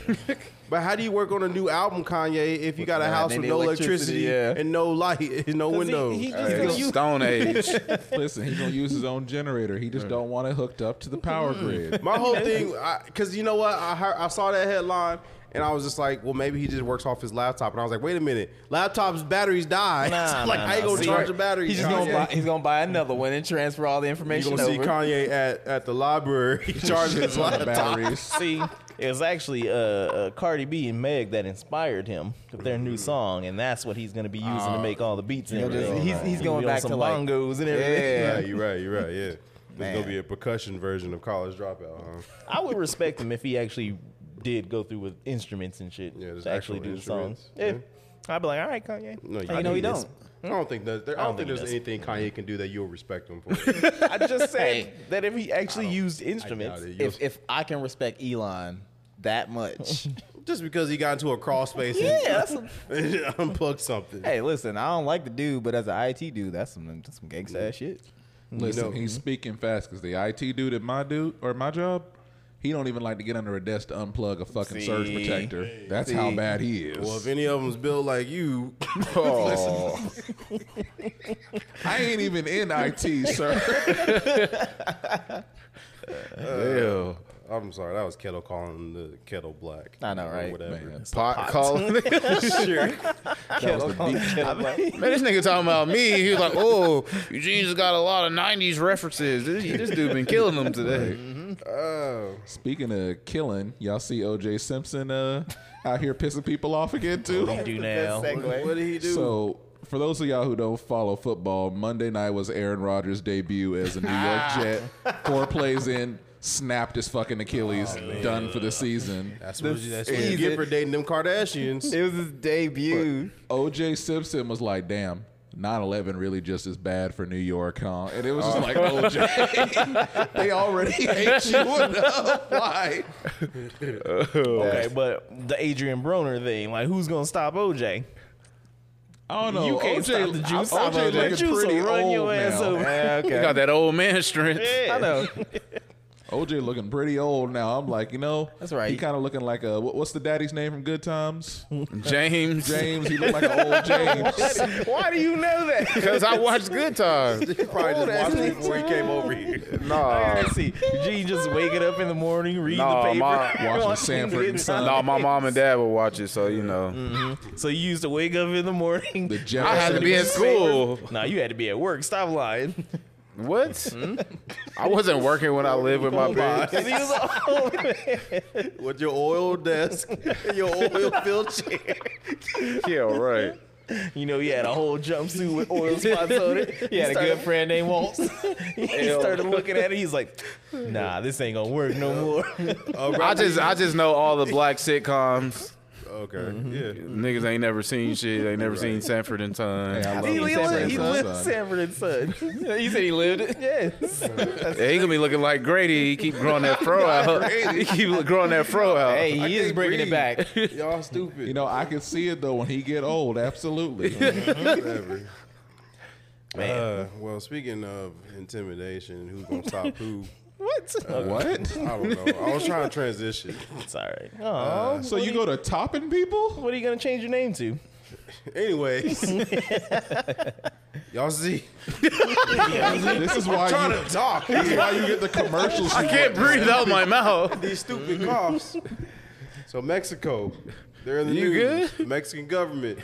E: but how do you work on a new album, Kanye, if you got a
A: Nah,
E: house
A: they
E: with
A: need
E: no electricity,
A: electricity, yeah.
E: and no light, and no windows?
C: he just-
D: Hey, Stone Age.
F: Listen, he's gonna use his own generator. He just don't want it hooked up to the power grid.
E: My whole thing, because you know what, I heard, I saw that headline and I was just like, well, maybe he just works off his laptop. And I was like, wait a minute, laptops batteries die.
A: Nah,
E: <laughs> like,
A: nah,
E: how you
A: nah.
E: gonna
A: See,
E: charge a battery?
A: He's just
E: Kanye?
A: gonna buy, he's gonna buy another one and transfer all the
E: you
A: information
E: gonna see
A: over.
E: Kanye at, at the library <laughs>
A: <laughs>
E: charging his
F: on the
E: laptop.
F: batteries.
C: See, it was actually uh, uh, Cardi B and Meg that inspired him with their new song, and that's what he's going to be using
D: Oh.
C: to make all the beats and
A: He'll just-
C: everything.
A: he's- he's
C: He
A: going
C: on
A: back
C: some
A: to, like-
C: bongos and everything.
E: Yeah,
A: yeah,
E: you're right. You're right. Yeah, there's
A: Man.
E: gonna be a percussion version of College Dropout. Huh?
C: I would respect him if he actually did go through with instruments and shit
E: Yeah, there's
C: to actually
E: actual
C: do the songs.
E: instruments,
C: Yeah.
E: yeah.
C: I'd be like, all right, Kanye.
E: No,
A: You
E: I
A: know
E: need
A: he
E: this.
A: don't.
E: I don't think that. There, I, don't
C: don't
E: think
C: think
E: there's
C: he
E: anything Kanye can do that you'll respect
A: <laughs>
E: him for.
C: <laughs> I just said
A: Hey.
C: that if he actually used instruments,
E: doubt it.
A: If if I can respect Elon that
C: <laughs>
A: much,
E: Just because he got into a crawl space and-
A: yeah. That's some,
E: and <laughs> unplugged something.
A: hey, listen, I don't like the dude, but as an IT dude, that's some that's some gangsta ass shit.
F: Listen,
E: No.
F: he's speaking fast because the IT dude at my dude or my job, he don't even like to get under a desk to unplug a fucking surge
A: See?
F: protector. That's how
A: See?
F: bad he is.
E: Well, if any of them's built like you,
D: Oh,
F: I ain't even in IT, sir.
D: damn.
E: I'm sorry, that was kettle calling the kettle black.
A: I know,
E: Or
A: right?
E: Whatever.
F: Man,
D: Pot calling. <laughs> Man, this nigga talking about me. He was like, "Oh, Eugene's got a lot of '90s references. This, this dude been killing them today."
E: Uh,
F: Speaking of killing, y'all see OJ Simpson uh, out here pissing people off again too.
C: you do now.
E: What did he do?
F: So, for those of y'all who don't follow football, Monday night was Aaron Rodgers' debut as a New
C: <laughs>
F: York Jet. Four plays in, snapped his fucking Achilles,
C: Oh,
F: done for the season.
E: that's what, you, that's what
A: is
E: you get
A: it.
E: for dating them Kardashians.
A: It was his debut.
F: OJ Simpson was like, damn. 9-11 really just as bad for New York, huh? And it was
C: Oh.
F: just like, OJ, <laughs> they
C: <laughs>
F: already hate you enough. Why?
C: Okay, but the Adrian Broner thing, like, who's going to stop OJ?
F: I don't know.
C: You can't
F: OJ,
C: stop the juice. Stop
F: OJ
C: OJ. The
F: looking
C: juice will
F: pretty
C: run
F: old
C: your ass
F: now.
C: over.
A: Yeah,
D: He
A: okay.
D: got that old man strength.
A: I know.
F: OJ looking pretty old now. I'm like, you know,
A: That's right.
F: He kind of looking like a what- what's the daddy's name from Good Times?
D: James.
F: <laughs> James. He looked like an old James.
C: Why do you know that?
D: Because I watched Good Times.
E: He probably just watched it before he came over here.
D: Nah.
C: Let's see. Gene just waking up in the morning, reading
D: Nah,
C: the paper, <laughs>
D: my-
F: watching
C: watching
F: Sanford and
C: it.
F: Son.
D: No, my mom and dad would watch it, so you know.
C: <laughs> So you used to wake up in the morning. <laughs>
F: The
D: I had to be in
F: Jeffersons.
D: school.
C: nah, you had to be at work. Stop lying.
D: What? Hmm? I wasn't working when I lived with my parents.
C: 'Cause he was old.
E: With your oil desk, your oil filled chair.
D: Yeah, right.
C: You know, he had a whole jumpsuit with oil spots on it.
A: He had a good friend named Walt.
C: <laughs> He started looking at it. He's like, Nah, this ain't gonna work no more.
D: I just I just know all the black sitcoms.
E: <laughs> Okay, yeah.
D: Niggas ain't never seen shit. They never seen Sanford and Son.
F: Hey, I love
C: he
F: you,
C: lived
F: Sanford and
C: he
F: Son.
C: lived Sanford and Son. you said he lived it. Yes.
D: Yeah, he gonna be looking like Grady. He keep growing that fro out. <laughs> He keep growing that fro out.
A: hey, he is bringing it back.
E: Y'all stupid.
F: You know, I can see it though when he get
D: <laughs>
F: old. Absolutely.
E: Whatever. Uh, well, speaking of intimidation, who's gonna stop who?
C: What?
F: what?
E: I don't know. I was trying to transition. <laughs>
C: It's all right. Aw,
F: So you go to topping people?
C: what are you gonna change your name to?
E: Anyways, y'all see,
F: This is why
E: trying <laughs>
F: you,
E: to talk.
F: this is why you get the commercials.
D: I can't breathe out
C: <laughs>
D: my mouth.
E: these stupid coughs. Mm-hmm. So Mexico, they're in the
D: You
E: news. The Mexican government.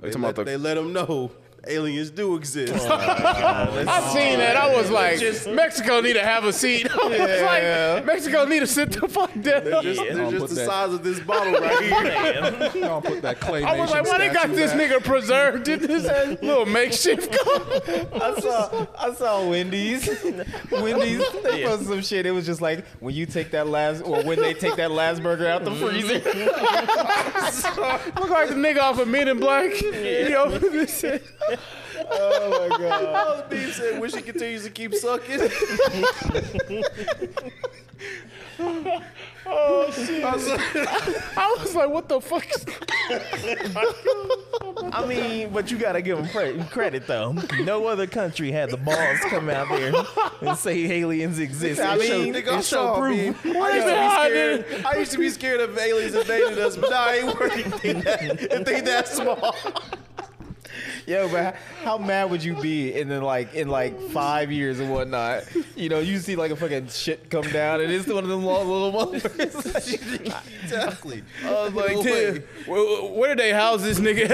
E: They
D: talking about
E: let,
D: the-
E: they let them know aliens do exist.
H: I've seen that. I was like, Mexico need to have a seat. <laughs> I was like, Mexico need to sit the fuck down.
E: Just-
F: I'll
E: <laughs> they're just
F: put
E: the
F: that-
E: size of this bottle right here.
F: Y'all put that
D: <laughs>
F: claymation
H: I was like, why they got
F: statue
H: this
F: back?
H: nigga preserved in
A: <laughs>
H: this little makeshift car?
A: I saw I
H: <laughs>
A: saw Wendy's. Wendy's they
C: Yeah.
A: posted some shit. It was just like when you take that last or when they take that last burger out
H: <laughs>
A: the freezer.
H: Look like the nigga off of Men in Black. He opened this shit.
E: Oh, Beef said, wish he continues to keep sucking.
H: I was like, what the fuck? is-
C: I mean, but you gotta give them credit though. No other country had the balls come out there and say aliens exist.
A: I
C: and
A: mean,
C: show-
E: Nigga,
C: and
E: I
C: show
E: saw
C: proof.
E: me.
A: <laughs>
E: I used, to
H: Nah, I
E: be scared, I used to be scared of aliens invading us, but now
A: <laughs>
E: I ain't worried if they that, if they that small.
A: Yo, but how mad would you be in the, like in like five years and whatnot? You know, you see like a fucking shit come down, and it's one of them long little motherfuckers.
E: <laughs> exactly.
H: I was like, damn, where, where did they house this nigga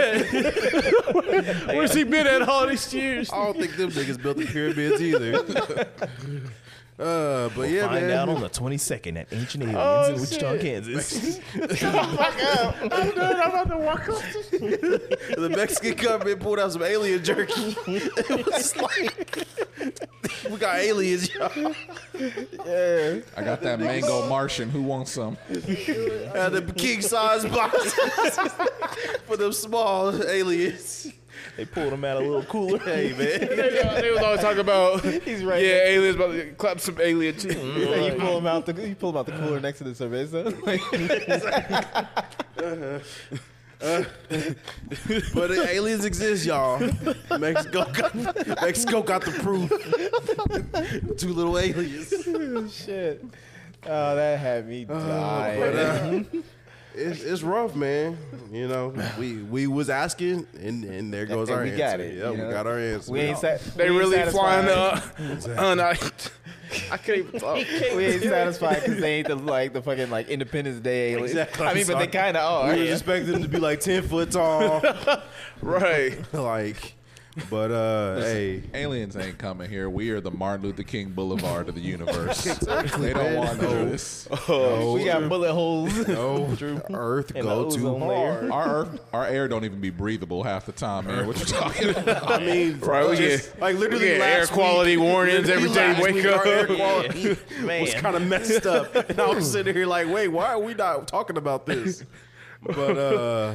H: at?
A: <laughs>
H: Where's he been at all these years?
E: I don't think them niggas built the pyramids either. Uh, but yeah,
C: Find
E: man.
C: out on the 22nd at Ancient Aliens
H: Oh,
C: in Wichita,
H: shit.
C: Kansas.
H: I'm done. I'm about to walk off.
E: the Mexican government pulled out some alien jerky. it was like, we got aliens, y'all.
F: I got that mango Martian. Who wants some?
E: Had the king size boxes for them small aliens.
C: they pulled them out a little cooler.
E: Hey, man.
H: They, they was always talking about,
A: He's right.
H: yeah, aliens about to clap some alien cheeks.
A: there. you pull him out the you pull him out the cooler next to the cerveza.
H: <laughs>
A: <laughs> Like,
E: <laughs> But the aliens exist, y'all. Mexico got, Mexico got the proof. <laughs> Two little aliens.
A: shit. Oh, that had me dying.
E: But, uh, it's, it's rough, man. You know, we we was asking, and, and there goes
A: And
E: our
A: we
E: answer.
A: got it,
E: Yeah,
A: you
E: we
A: know?
E: got our answer.
A: we ain't sa-
H: They
A: we ain't
H: really
A: satisfied.
H: flying up. Un- I, <laughs> I can't
A: <laughs>
H: even talk.
A: We ain't satisfied because they ain't the like the fucking like Independence Day aliens.
H: <laughs>
E: Exactly.
A: I mean, but they kind of
E: We
A: are. <laughs>
E: was expecting them to be like ten foot tall,
H: Right.
E: <laughs> like. But uh, hey,
F: Aliens ain't coming here. We are the Martin Luther King Boulevard of
D: <laughs>
F: the universe. They don't want those.
A: we got bullet holes. <laughs>
E: no Earth
A: And the
E: go to
A: ozone layer.
E: Mars.
F: Our earth, our air don't even be breathable half the time, man. What you talking about? <laughs>
E: I
H: <laughs>
E: mean,
H: Right, we
E: just,
H: get-
E: like literally
H: we get
E: last
H: air quality
E: week-
H: warnings every
E: literally
H: day
E: last
H: you wake
E: week, our
H: up.
E: air quality
A: <laughs>
C: Man.
E: was kind of messed up. And I was sitting here like, wait, why are we not talking about this? But uh,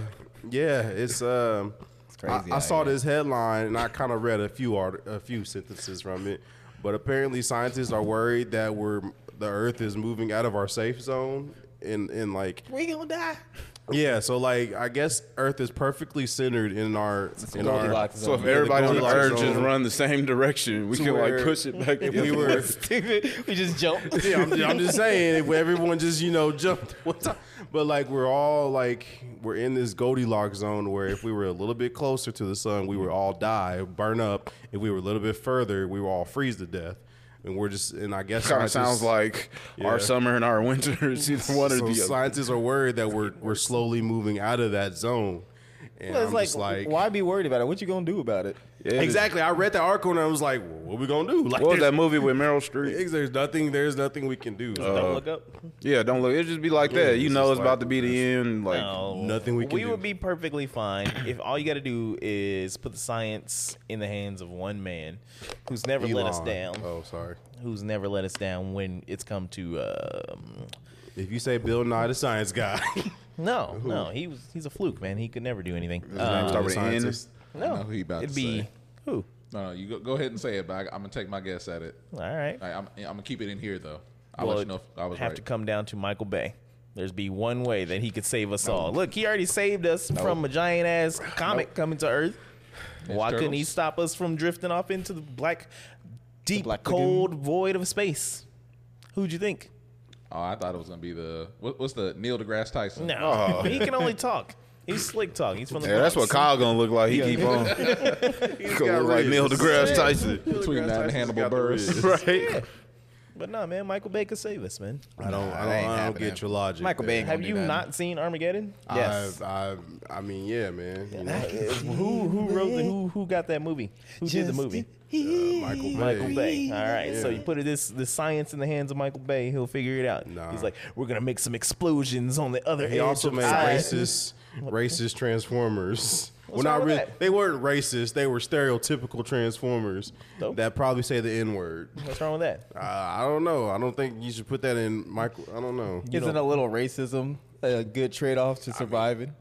E: yeah, it's um,
A: crazy
E: I, I
A: out
E: saw
A: here.
E: this headline and I kind of read a few art, a few sentences from it. But apparently, scientists are worried that we're the Earth is moving out of our safe zone. And, and like
A: we gonna die.
E: yeah, so like I guess Earth is perfectly centered in our in our
A: Goldilocks
D: So if
A: zone.
D: everybody on the
E: Goldilocks
D: earth just
E: zone.
D: run the same direction, we
E: To
D: can like
E: where
D: push it back.
E: <laughs> we
D: <laughs> together.
A: <laughs>
E: were
A: Stupid. We just jumped.
E: yeah, I'm, I'm just saying if everyone just you know jumped <laughs> one time, but like we're all like we're in this Goldilocks zone where if we were a little bit closer to the sun, we would all die, burn up. If we were a little bit further, we would all freeze to death. And we're just and I guess
D: kind of
E: scientists-
D: sounds like
E: Yeah.
D: our summer and our winter <laughs> is either one or
E: so
D: the other.
E: scientists are worried that we're we're slowly moving out of that zone. And
A: It's
E: I'm
A: like,
E: just like
A: why be worried about it? What you gonna do about it?
D: Yeah, it is.
E: exactly. I read that article and I was like, well, what we gonna do? <laughs> Like
D: What was that
E: there's,
D: movie with Meryl Streep?
E: there's nothing. There's nothing we can do.
D: Oh.
E: So
C: Don't look up.
D: Yeah, don't look. It just be like that. You
E: it's
D: know,
E: just
D: it's
E: like-
D: about to be the end. Like,
C: No,
E: nothing we can do.
C: would be perfectly fine if all you got to do is put the science in the hands of one man who's never let us
E: Elon.
C: down.
E: Oh, sorry.
C: Who's never let us down when it's come to um,
E: If you say Bill Nye the Science Guy, <laughs>
C: no, no, he was he's a fluke, man. He could never do anything.
D: name's
C: Um,
D: not- already in.
E: Uh, Scientist.
C: no,
F: I know who you about to
C: it'd be
F: say.
C: who?
F: No, no, Uh, you go, go ahead and say it, but I, I'm gonna take my guess at it.
C: All right,
F: I, I'm, I'm gonna keep it in here though. I'll
C: Well,
F: let you know if I was
C: have
F: right.
C: to come down to Michael Bay. There's be one way that he could save us all. Look, he already saved us from a giant ass comet coming to Earth. Why couldn't he
F: Turtles?
C: stop us from drifting off into the black, deep,
A: black
C: cold void of space? Who'd you think?
F: oh, I thought it was gonna be the what, what's the Neil deGrasse Tyson?
C: No, <laughs> he can only talk. He's slick talk. He's from the
D: yeah, that's what
C: Bronx.
D: Kyle gonna look like. He keep
E: <laughs>
D: on. He's gonna look like Neil deGrasse Tyson.
F: <laughs> Between that and Hannibal Buress.
D: right?
C: But no, man, Michael Bay could save us, man.
E: I don't.
A: Nah,
E: I
A: that
E: don't,
A: ain't
E: I don't
A: happening.
E: get your logic.
A: Michael
E: there.
A: Bay.
C: Have
A: do
C: you
A: that.
C: not seen Armageddon?
A: Yes.
E: I, I, I mean, yeah, man. You know,
C: Uh, who who wrote the who who got that movie? Who did the movie?
E: uh, Michael Bay.
C: Michael Bay. All right, so you put this the science in the hands of Michael Bay, he'll figure it out.
E: Nah.
C: He's like, we're gonna make some explosions on the other
E: He
C: edge
E: also
C: of
E: made
C: science."
E: racist, racist Transformers. <laughs> Well,
C: wrong
E: not
C: with
E: really.
C: that?
E: They weren't racist. They were stereotypical Transformers
C: Dope.
E: that probably say the N word.
C: What's wrong with that?
E: Uh, I don't know. I don't think you should put that in Michael. I don't know.
A: Isn't a little racism a good trade off to surviving?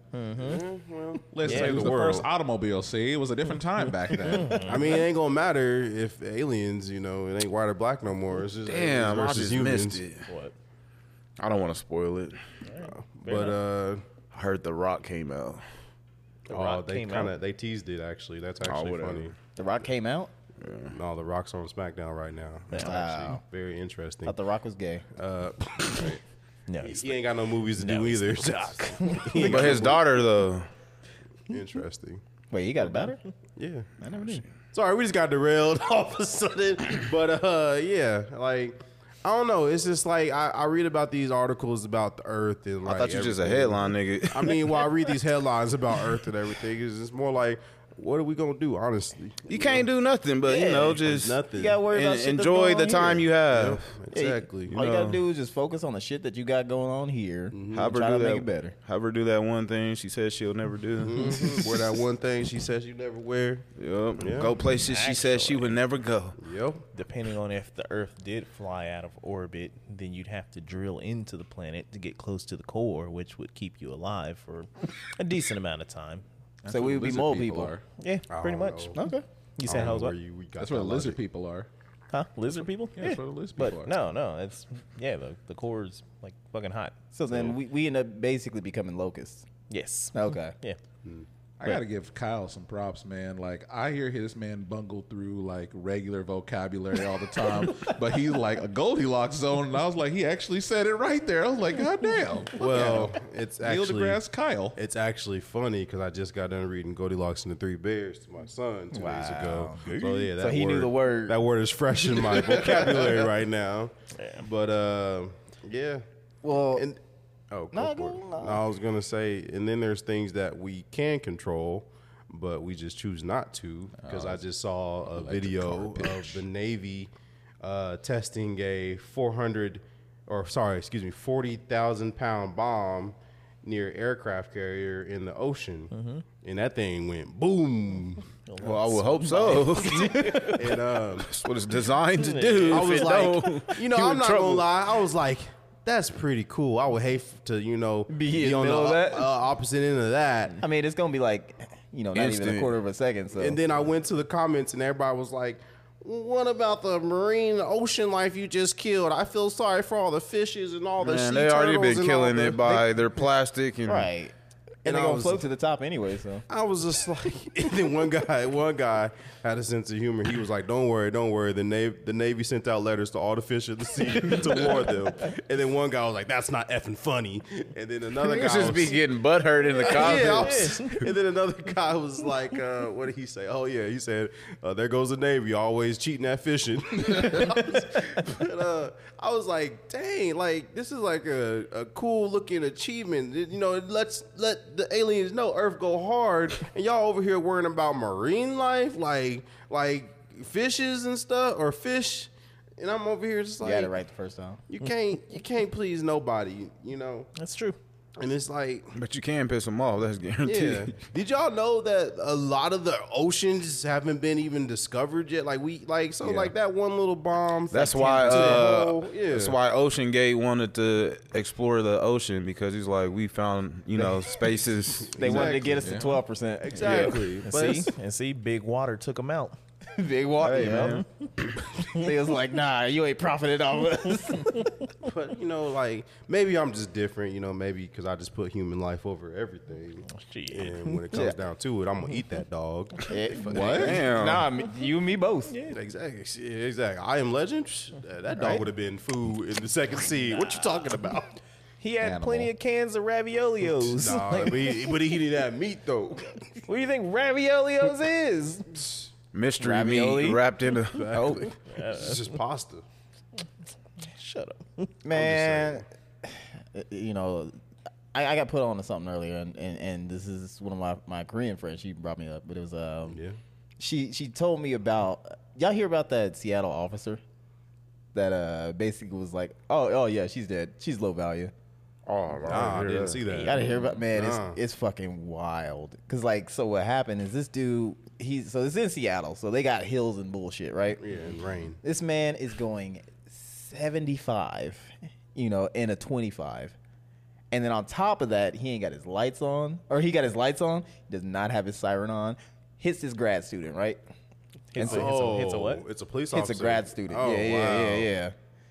F: Let's
C: Yeah.
F: say it was
D: The
F: the
D: world.
F: first automobile. See, it was a different time back then.
E: I mean, it ain't gonna matter if aliens. You know, it ain't white or black no more. It's just aliens
D: Damn, I
E: versus
D: just
E: humans.
D: missed it.
C: What?
D: I don't want to spoil it.
E: But uh,
D: I heard The Rock came out.
C: The
E: oh,
C: Rock
E: they
C: came
E: kind
C: out.
E: of they teased it actually. That's actually
D: whatever.
E: funny.
A: The Rock came out.
E: No, the Rock's on SmackDown right now. That's actually
A: Wow.
E: very interesting. Uh,
A: Thought The Rock was gay.
C: No,
E: he,
C: he's
E: ain't got no movies to do either. <laughs>
D: But his daughter though.
E: interesting.
A: Wait, he got a daughter?
E: Yeah.
A: I never knew.
E: Sorry, we just got derailed <laughs> all of a sudden. But uh yeah, like I don't know. It's just like I, I read about these articles about the earth and like
D: I thought you was just a
E: everything.
D: headline nigga.
E: I mean, while I read these headlines about earth and everything, it's just more like what are we gonna do, honestly?
D: You can't do nothing, but you know, just
E: Nothing.
A: You gotta worry about
D: en-
A: shit that's
D: enjoy
A: going
D: the
A: on
D: time
A: here.
D: you have.
A: Yeah,
E: Exactly.
A: all
C: <laughs>
A: you
D: know.
A: gotta do is just focus on the shit that you got going on here. and
D: Have her
A: Try
D: do
A: to
D: that.
A: make it better.
D: Have her do that one thing she says she'll never do.
C: mm-hmm.
E: Mhm. Wear that one thing she says you never wear.
D: Yup. Go places she says she would never go.
E: Yep.
C: depending on if the Earth did fly out of orbit, then you'd have to drill into the planet to get close to the core, which would keep you alive for a decent amount of time.
A: so we would be
F: Lizard
A: mole people.
F: are.
C: Yeah,
E: I
C: pretty
E: don't
C: much.
E: know.
A: Okay.
C: You
E: I
C: said
E: don't
C: how
E: know
C: was
E: where
C: what?
E: you- we got
F: That's where
E: that
F: the lizard
E: logic.
F: people are.
C: Huh? Lizard people?
F: Yeah, that's where the lizard
C: but
F: people are.
C: no, no, it's yeah, the the core is like fucking hot.
A: So then we, we end up basically becoming locusts.
C: Yes.
A: Okay.
C: Yeah.
F: I gotta give Kyle some props, man. Like I hear his man bungle through like regular vocabulary all the time, but he's like a Goldilocks zone, and I was like, he actually said it right there. I was like, God damn.
E: Well, it's
F: Neil
E: actually
F: deGrasse Kyle.
E: It's actually funny because I just got done reading Goldilocks and the Three Bears to my son two days ago. So yeah, that
A: So he knew the word.
E: That word is fresh in
A: <laughs>
E: my vocabulary right now. But uh, yeah,
A: Well,
E: and oh,
A: No,
E: go for
A: go
E: it.
A: on.
E: I was gonna say, and then there's things that we can control, but we just choose not to. Because
A: Oh.
E: I just saw a video of the Navy uh, testing a 400, or sorry, excuse me, 40,000 pound bomb near aircraft carrier in the ocean,
A: Mm-hmm.
E: and that thing went boom.
D: Well, I would hope <laughs> so.
E: and um,
D: That's what it's designed to do.
E: I
D: If
E: was
D: it
E: like,
D: don't,
E: you know,
D: you
E: I'm
D: in
E: not
D: trouble.
E: gonna lie. I was like, that's pretty cool. I would hate f- to, you know, be,
A: in the
E: on the
A: middle of that.
E: Uh, opposite end of that.
A: I mean, it's gonna be like, you know, not even
D: Instant.
A: a quarter of a second. So
E: And then I went to the comments, and everybody was like, "What about the marine ocean life you just killed? I feel sorry for all the fishes and all the sea
D: Man, they already
E: turtles
D: been
E: and all
D: killing
E: the-"
D: it by their plastic and
A: right,
E: And
A: and they're
E: I
A: gonna
E: was-
A: float to the top anyway. So
E: I was just like, <laughs> and then one guy, one guy had a sense of humor. He was like, "Don't worry, don't worry." The navy, the navy sent out letters to all the fish of the sea <laughs> to warn them. And then one guy was like, "That's not effing funny." And then another guy
D: Niggas just
E: was,
D: be getting butt hurt in the comments.
E: <laughs> yeah, I was- <laughs> and then another guy was like, uh, "What did he say?" Oh yeah, he said, uh, "There goes the Navy, always cheating at fishing." <laughs> but, uh, I was like, "Dang, like this is like a, a cool looking achievement. It- You know, it lets let the aliens know Earth go hard, and y'all over here worrying about marine life, like like fishes and stuff, or fish." And I'm over here just
A: you
E: like,
A: got it right the first time.
E: you can't you can't please nobody, you know.
C: That's true.
E: And it's like.
D: But you can piss them off. That's
E: Yeah.
D: guaranteed.
E: Did y'all know that a lot of the oceans haven't been even discovered yet? Like we like so like that one little bomb.
D: That's
E: from
D: why.
E: Tampa to the
D: Uh,
E: whole- yeah.
D: That's why Ocean Gate wanted to explore the ocean because he's like, we found you
E: <laughs>
D: know spaces.
A: They wanted to get us to twelve percent. <laughs>
E: Exactly.
C: And
E: But
C: see, and see, big water took him out.
A: Big water, you know. <laughs> they was like, nah, you ain't profited off us.
E: but you know, like maybe I'm just different. You know, maybe because I just put human life over everything.
C: Shit.
E: And when it comes down to it, I'm gonna eat that dog.
A: what?
D: Damn.
A: Nah, me- you and me both.
E: exactly. Shit, Exactly. I am legend. Psh, That that dog would have been food in the second seed. What you talking about?
C: He had
F: Animal.
C: plenty of cans of raviolios.
E: Nah, but he, but he needed that meat though.
C: <laughs> What do you think raviolios is?
D: Mystery
A: Ravioli?
E: <laughs>
D: meat wrapped in a.
E: Exactly. It's just pasta.
C: Shut up.
A: man. <sighs> You know, I, I got put on to something earlier, and, and, and this is one of my, my Korean friends. She brought me up, but it was um,
E: Yeah.
A: She she told me about y'all hear about that Seattle officer that uh basically was like, oh oh yeah, she's dead, she's low value.
D: Oh,
E: Nah, I didn't see
A: You
E: that.
A: gotta hear about man.
E: Nah.
A: It's it's fucking wild. Cause like, so what happened is this dude. He's so it's in Seattle, so they got hills and bullshit, right?
E: Yeah, and rain.
A: This man is going seventy five, you know, in a twenty five, and then on top of that, he ain't got his lights on, or he got his lights on, does not have his siren on, hits his grad student, right?
C: Hits, a, hits, a, hits a what?
E: It's a police
A: It's
E: officer.
A: a grad student.
E: Oh,
A: yeah, yeah,
E: wow.
A: yeah, yeah.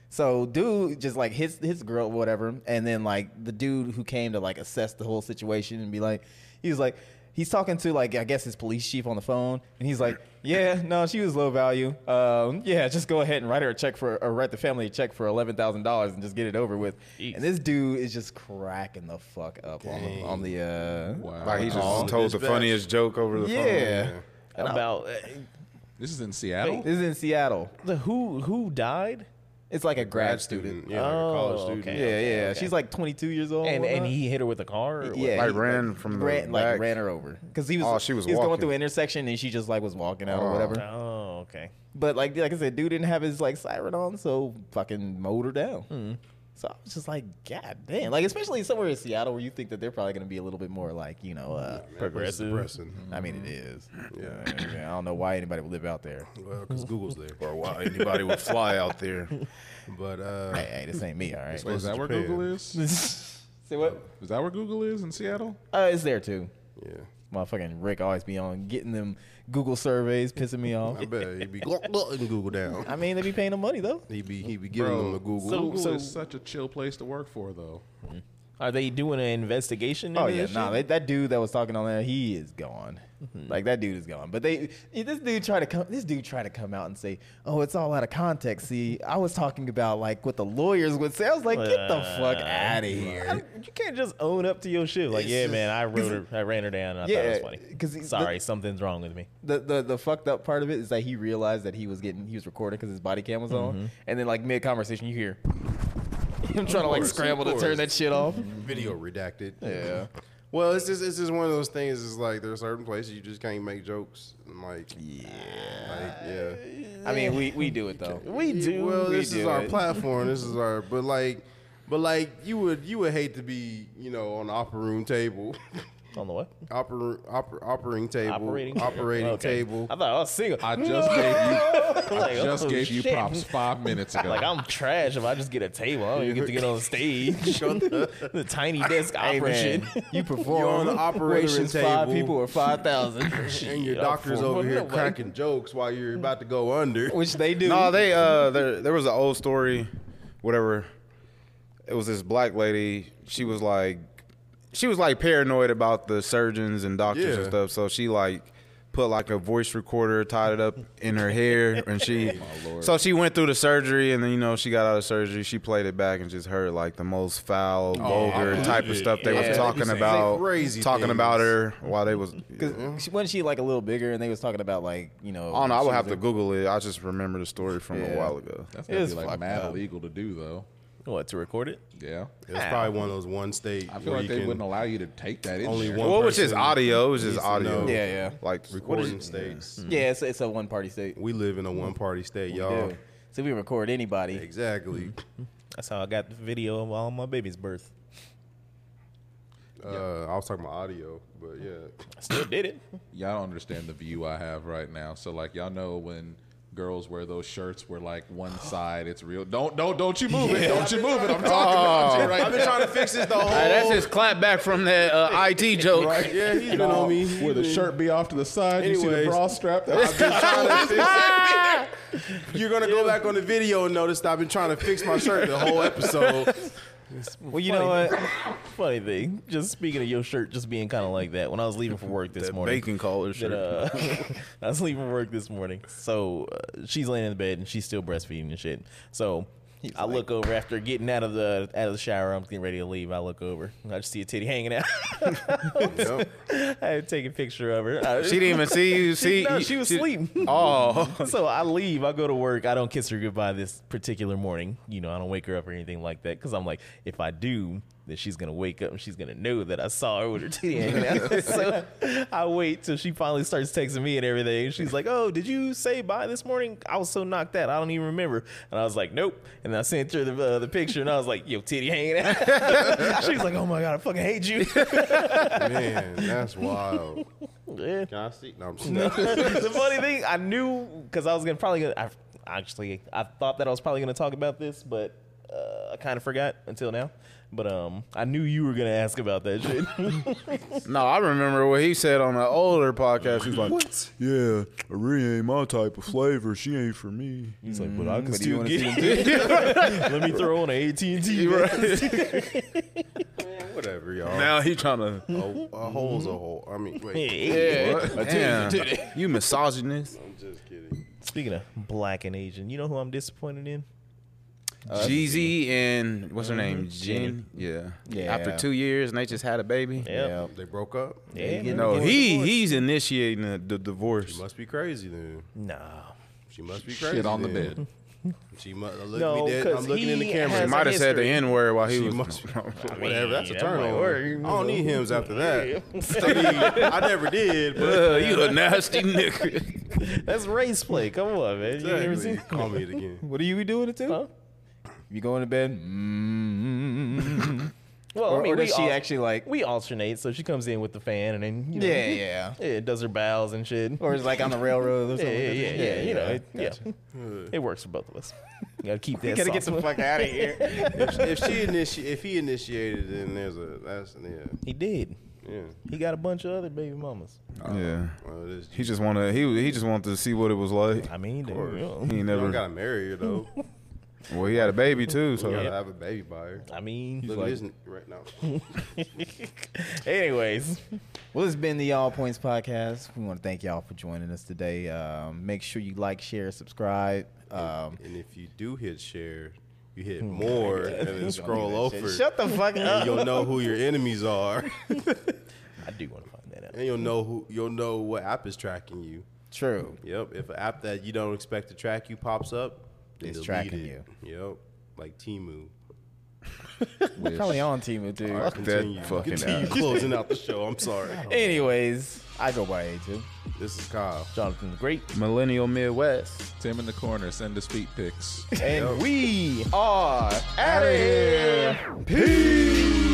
A: So dude just like hits his girl, whatever, and then like the dude who came to like assess the whole situation and be like, he was like, he's talking to like I guess his police chief on the phone, and he's like, yeah, no, she was low value. Um, yeah, just go ahead and write her a check for, or write the family a check for eleven thousand dollars and just get it over with.
C: Jeez.
A: And this dude is just cracking the fuck up on the, on the uh,
F: Wow.
D: Like he just
A: Oh,
D: told the
E: dispatch.
D: funniest joke over the phone.
A: yeah.
C: About uh,
F: This is in Seattle.
A: This is in Seattle.
C: the who who died?
A: It's like a grad,
E: Grad
A: student.
E: student. Yeah, like a college
C: Oh,
E: student.
C: okay.
A: Yeah, yeah.
C: okay.
A: She's like 22 years old.
C: And and
A: whatnot.
C: he hit her with a car. Or
A: Yeah,
C: What?
D: Like, ran from the
A: ran, like
D: back?
A: ran her over because he was.
D: Oh, she was
A: he was going
D: walking.
A: through an intersection and she just like was walking out or
D: Oh.
A: whatever.
C: Oh, okay.
A: But like like I said, dude didn't have his like siren on, so fucking mowed her down.
C: Hmm.
A: So I was just like, God damn! Like especially somewhere in Seattle where you think that they're probably going to be a little bit more like you know. Uh,
C: Progressive.
E: Depressing.
A: I mean, it is. Yeah, I don't know why anybody would live out there.
E: Well, because uh, Google's there.
D: Or why anybody would fly out there.
E: But uh,
A: Hey, hey, this ain't me. All right. <laughs>
F: Wait, is that where
E: Japan.
F: Google is?
A: Say what?
F: Is that where Google is in Seattle?
A: Uh, it's there too.
E: yeah,
A: Motherfucking Rick always be on getting them Google surveys, pissing me off.
E: I bet he'd be gluck, gluck, and Google down.
A: I mean, they be paying them money though.
E: He'd be he'd be giving them the Google.
C: so-
F: Google is such a chill place to work for, though.
C: Are they doing an investigation?
A: Oh
C: into
A: yeah,
C: this
A: nah,
C: shit?
A: that, that dude that was talking on there, he is gone.
E: Mm-hmm.
A: Like that dude is gone. But they, yeah, this dude tried to come, this dude tried to come out and say, "Oh, it's all out of context." See, I was talking about like what the lawyers would say. I was like, "Get the fuck out of
C: I
A: here."
C: don't- you can't just own up to your shit. Like, yeah, man, I wrote her, I ran her down. And I thought it was
A: Yeah,
C: funny.
A: 'cause he-
C: sorry, something's wrong with me.
A: The, the the fucked up part of it is that he realized that he was getting he was recorded because his body cam was on, and then like mid conversation, you hear him trying to like
E: course, Mm-hmm. of
A: scramble to turn
E: course.
A: that shit off.
E: video redacted.
A: Yeah.
E: Well, it's just it's just one of those things. It's like there are certain places you just can't make jokes. And like yeah, like yeah.
A: I mean, we we do it
E: <laughs>
A: though.
C: We do.
E: Well,
A: we
E: this is
A: do
E: our
A: it.
E: platform.
C: <laughs>
E: This is our. But like, but like you would you would hate to be you know on the opera room table. <laughs>
C: on the what?
E: Opera, opera, operating table,
C: Operating <laughs>
E: operating
C: Okay.
E: table.
C: I thought I was single.
F: I just
C: <laughs>
F: gave
C: like,
F: you just
C: oh,
F: gave you
C: shit.
F: props five minutes ago.
C: Like I'm trash if I just get a table. I don't even get to get on stage. <laughs> the tiny desk
A: Hey,
C: opera shit.
A: man, you perform <laughs>
E: You're on the
A: whether
E: operation
A: it's five
E: table.
A: people or five
E: <laughs>
A: thousand.
E: and your
C: Yeah,
E: doctor's
C: for-
E: over
C: for
E: here
C: real, like-
E: cracking jokes while you're about to go under.
A: which they do. <laughs>
D: No, they uh there there was an old story, whatever. It was this black lady. She was like she was like paranoid about the surgeons and doctors and
E: Yeah.
D: stuff. So she like put like a voice recorder, tied it up in her hair,
A: <laughs>
D: and she <laughs> so she went through the surgery and then you know she got out of surgery, she played it back and just heard like the most foul, vulgar
E: believe
D: type of
E: it.
D: stuff they
A: Oh, Yeah, they
D: was
A: be
D: talking
E: saying
D: about
E: crazy
D: talking
E: things.
D: about her while they was
A: Because wasn't she like a little bigger? And they was talking about like you know.
D: I don't know, I
A: she
D: would
A: was
D: have to
A: a-
D: Google it. I just remember the story from a
A: Yeah.
D: while ago.
F: That's gonna
A: It's
F: be like
A: fucked
F: mad
A: up.
F: illegal to do, though.
C: <laughs> What to record it?
F: Yeah,
E: It's probably one of those one state.
F: I feel like they wouldn't allow you to take that in.
E: only
F: there.
E: one-
D: Well, it was just
E: person
D: audio. It was just
E: needs to
D: audio.
E: know.
A: Yeah, yeah,
D: Like
E: recording states. Hmm.
A: yeah. It's, it's a one party state.
E: We live in a one party state,
C: Oh.
E: y'all.
A: Yeah. So we record anybody.
E: Exactly.
F: Mm-hmm.
C: That's how I got the video of all my baby's birth.
E: Uh, I was talking about audio, but yeah.
C: I still did it.
F: Y'all don't understand the view I have right now. So, like, y'all know when girls wear those shirts where like one side it's real. Don't don't don't you move it. Don't you move it. I'm talking about
E: Oh.
F: you right now.
E: trying to fix this the whole.
D: that's his clap back from that <laughs> uh, IT joke.
E: Yeah, he's been on me.
F: Where the
E: <laughs>
F: shirt be off to the side, you see the
E: Anyways.
F: bra strap. <laughs> That's
E: You're gonna go back on the video and notice that I've been trying to fix my shirt the whole episode.
A: Well, you know what?
C: <laughs> Funny thing, just speaking of your shirt just being kind of like that. When I was leaving for work this morning,
D: Bacon collar
C: that,
D: shirt.
C: uh, <laughs> I was leaving from work this morning. So uh, she's laying in the bed and she's still breastfeeding and shit. So I look over after getting out of the out of the shower. I'm getting ready to leave. I look over. I just see a titty hanging out. <laughs>
E: Yep.
C: I had to take a picture of her. I-
D: She didn't even see <laughs> you. See,
C: no,
D: you-
C: she was asleep.
D: Oh, <laughs>
C: <laughs> so I leave. I go to work. I don't kiss her goodbye this particular morning. You know, I don't wake her up or anything like that because I'm like, if I do, then she's gonna wake up and she's gonna know that I saw her with her titty hanging out. <laughs> so I wait till she finally starts texting me and everything. She's like, "Oh, did you say bye this morning? I was so knocked out, I don't even remember." And I was like, "Nope." And I sent her the uh, the picture and I was like, "Yo, titty hanging out." <laughs> she's like, "Oh my god, I fucking hate you." <laughs>
E: Man, that's wild.
C: Yeah.
E: Can I see? No, I'm just
C: the funny thing, I knew because I was gonna probably gonna. I, actually, I thought that I was probably gonna talk about this, but uh, I kind of forgot until now. But um, I knew you were gonna ask about that shit. <laughs>
D: no, I remember what he said on an older podcast. He's like, "Yeah, Ari ain't my type of flavor. She ain't for me."
C: He's like, but I can
A: do you
C: still
A: wanna
C: get. Let me throw on an AT
A: <laughs>
C: and T.
E: whatever, y'all.
D: Now he trying <laughs> to.
E: a, a hole's a hole. I mean, wait.
D: Damn, you <laughs> misogynist.
E: I'm just kidding.
C: Speaking of black and Asian, you know who I'm disappointed in?
D: Uh, Jeezy and what's her name? Jen. Mm-hmm. Yeah.
A: Yeah.
D: After two years, and they just had a baby.
C: Yeah,
E: They broke up.
C: yeah. man.
D: No, he he's initiating the, the divorce.
E: Must be crazy then.
C: Nah.
E: She must be crazy.
F: Shit on the
E: then.
F: bed.
E: She must. Look
C: No,
E: no, me dead.
C: 'cause
E: I'm looking in the
C: he
E: camera.
C: has
D: He might have said the
C: history.
D: N word while he
E: She
D: was. <laughs>
E: must-
C: Whatever.
E: That's a turn on. I don't need hymns after that. I, mean, I never did, but
D: Uh, you a nasty
E: <laughs>
D: nigga.
C: That's race play. Come on, man. You never
E: Exactly.
C: seen?
E: call me it again.
A: What are you doing it to?
C: Huh?
A: You going to bed? Mm-hmm.
C: Well,
A: or,
C: Oh, I mean,
A: or does
C: we
A: she
C: all-
A: actually like?
C: We alternate, so she comes in with the fan, and then you know,
A: Yeah, yeah.
C: yeah, it does her bows and shit.
A: Or is it like on the railroad or
C: <laughs> yeah,
A: something?
C: yeah, yeah, yeah, you know, it,
A: Gotcha.
C: yeah, it works for both of us. You gotta <laughs> keep that.
A: You gotta get
C: sauce.
A: the fuck out of here.
E: If, if she initi- if he initiated, then there's a that's yeah,
C: He did.
E: yeah.
C: He got a bunch of other baby mamas.
D: yeah.
E: Well, it is.
D: He just wanted he he just wanted to see what it was like.
C: I mean, they-
D: He ain't
E: You don't
D: never.
E: gotta marry her though. You
D: Well, he had a baby too, so
E: gotta have a baby by her.
C: I mean.
E: Look at this n- right now.
C: <laughs> Anyways,
A: Well, it's been the All Points podcast. We want to thank y'all for joining us today. Um, make sure you like, share, subscribe. Um,
E: And if you do hit share, you hit
A: Hmm.
E: more
A: <laughs>
E: and then scroll over.
A: shut the fuck
E: and
A: up.
E: you'll know who your
A: <laughs>
E: enemies are, <laughs>
C: I do want to find that out.
E: and you'll know who you'll know what app is tracking you.
A: True.
E: Yep. If an app that you don't expect to track you pops up, then
A: It's
E: delete
A: tracking
E: it. Yep. Like Timu.
A: We're probably on Timu too.
E: Continue.
D: that fucking.
E: Continue
D: ass.
E: closing out the show.
A: <laughs>
E: I'm sorry.
A: Anyways, I go by A2.
E: This is Kyle.
C: Jonathan the Great.
D: Millennial Midwest.
F: Tim in the corner, send us feet pics.
A: And we are out of here. Peace.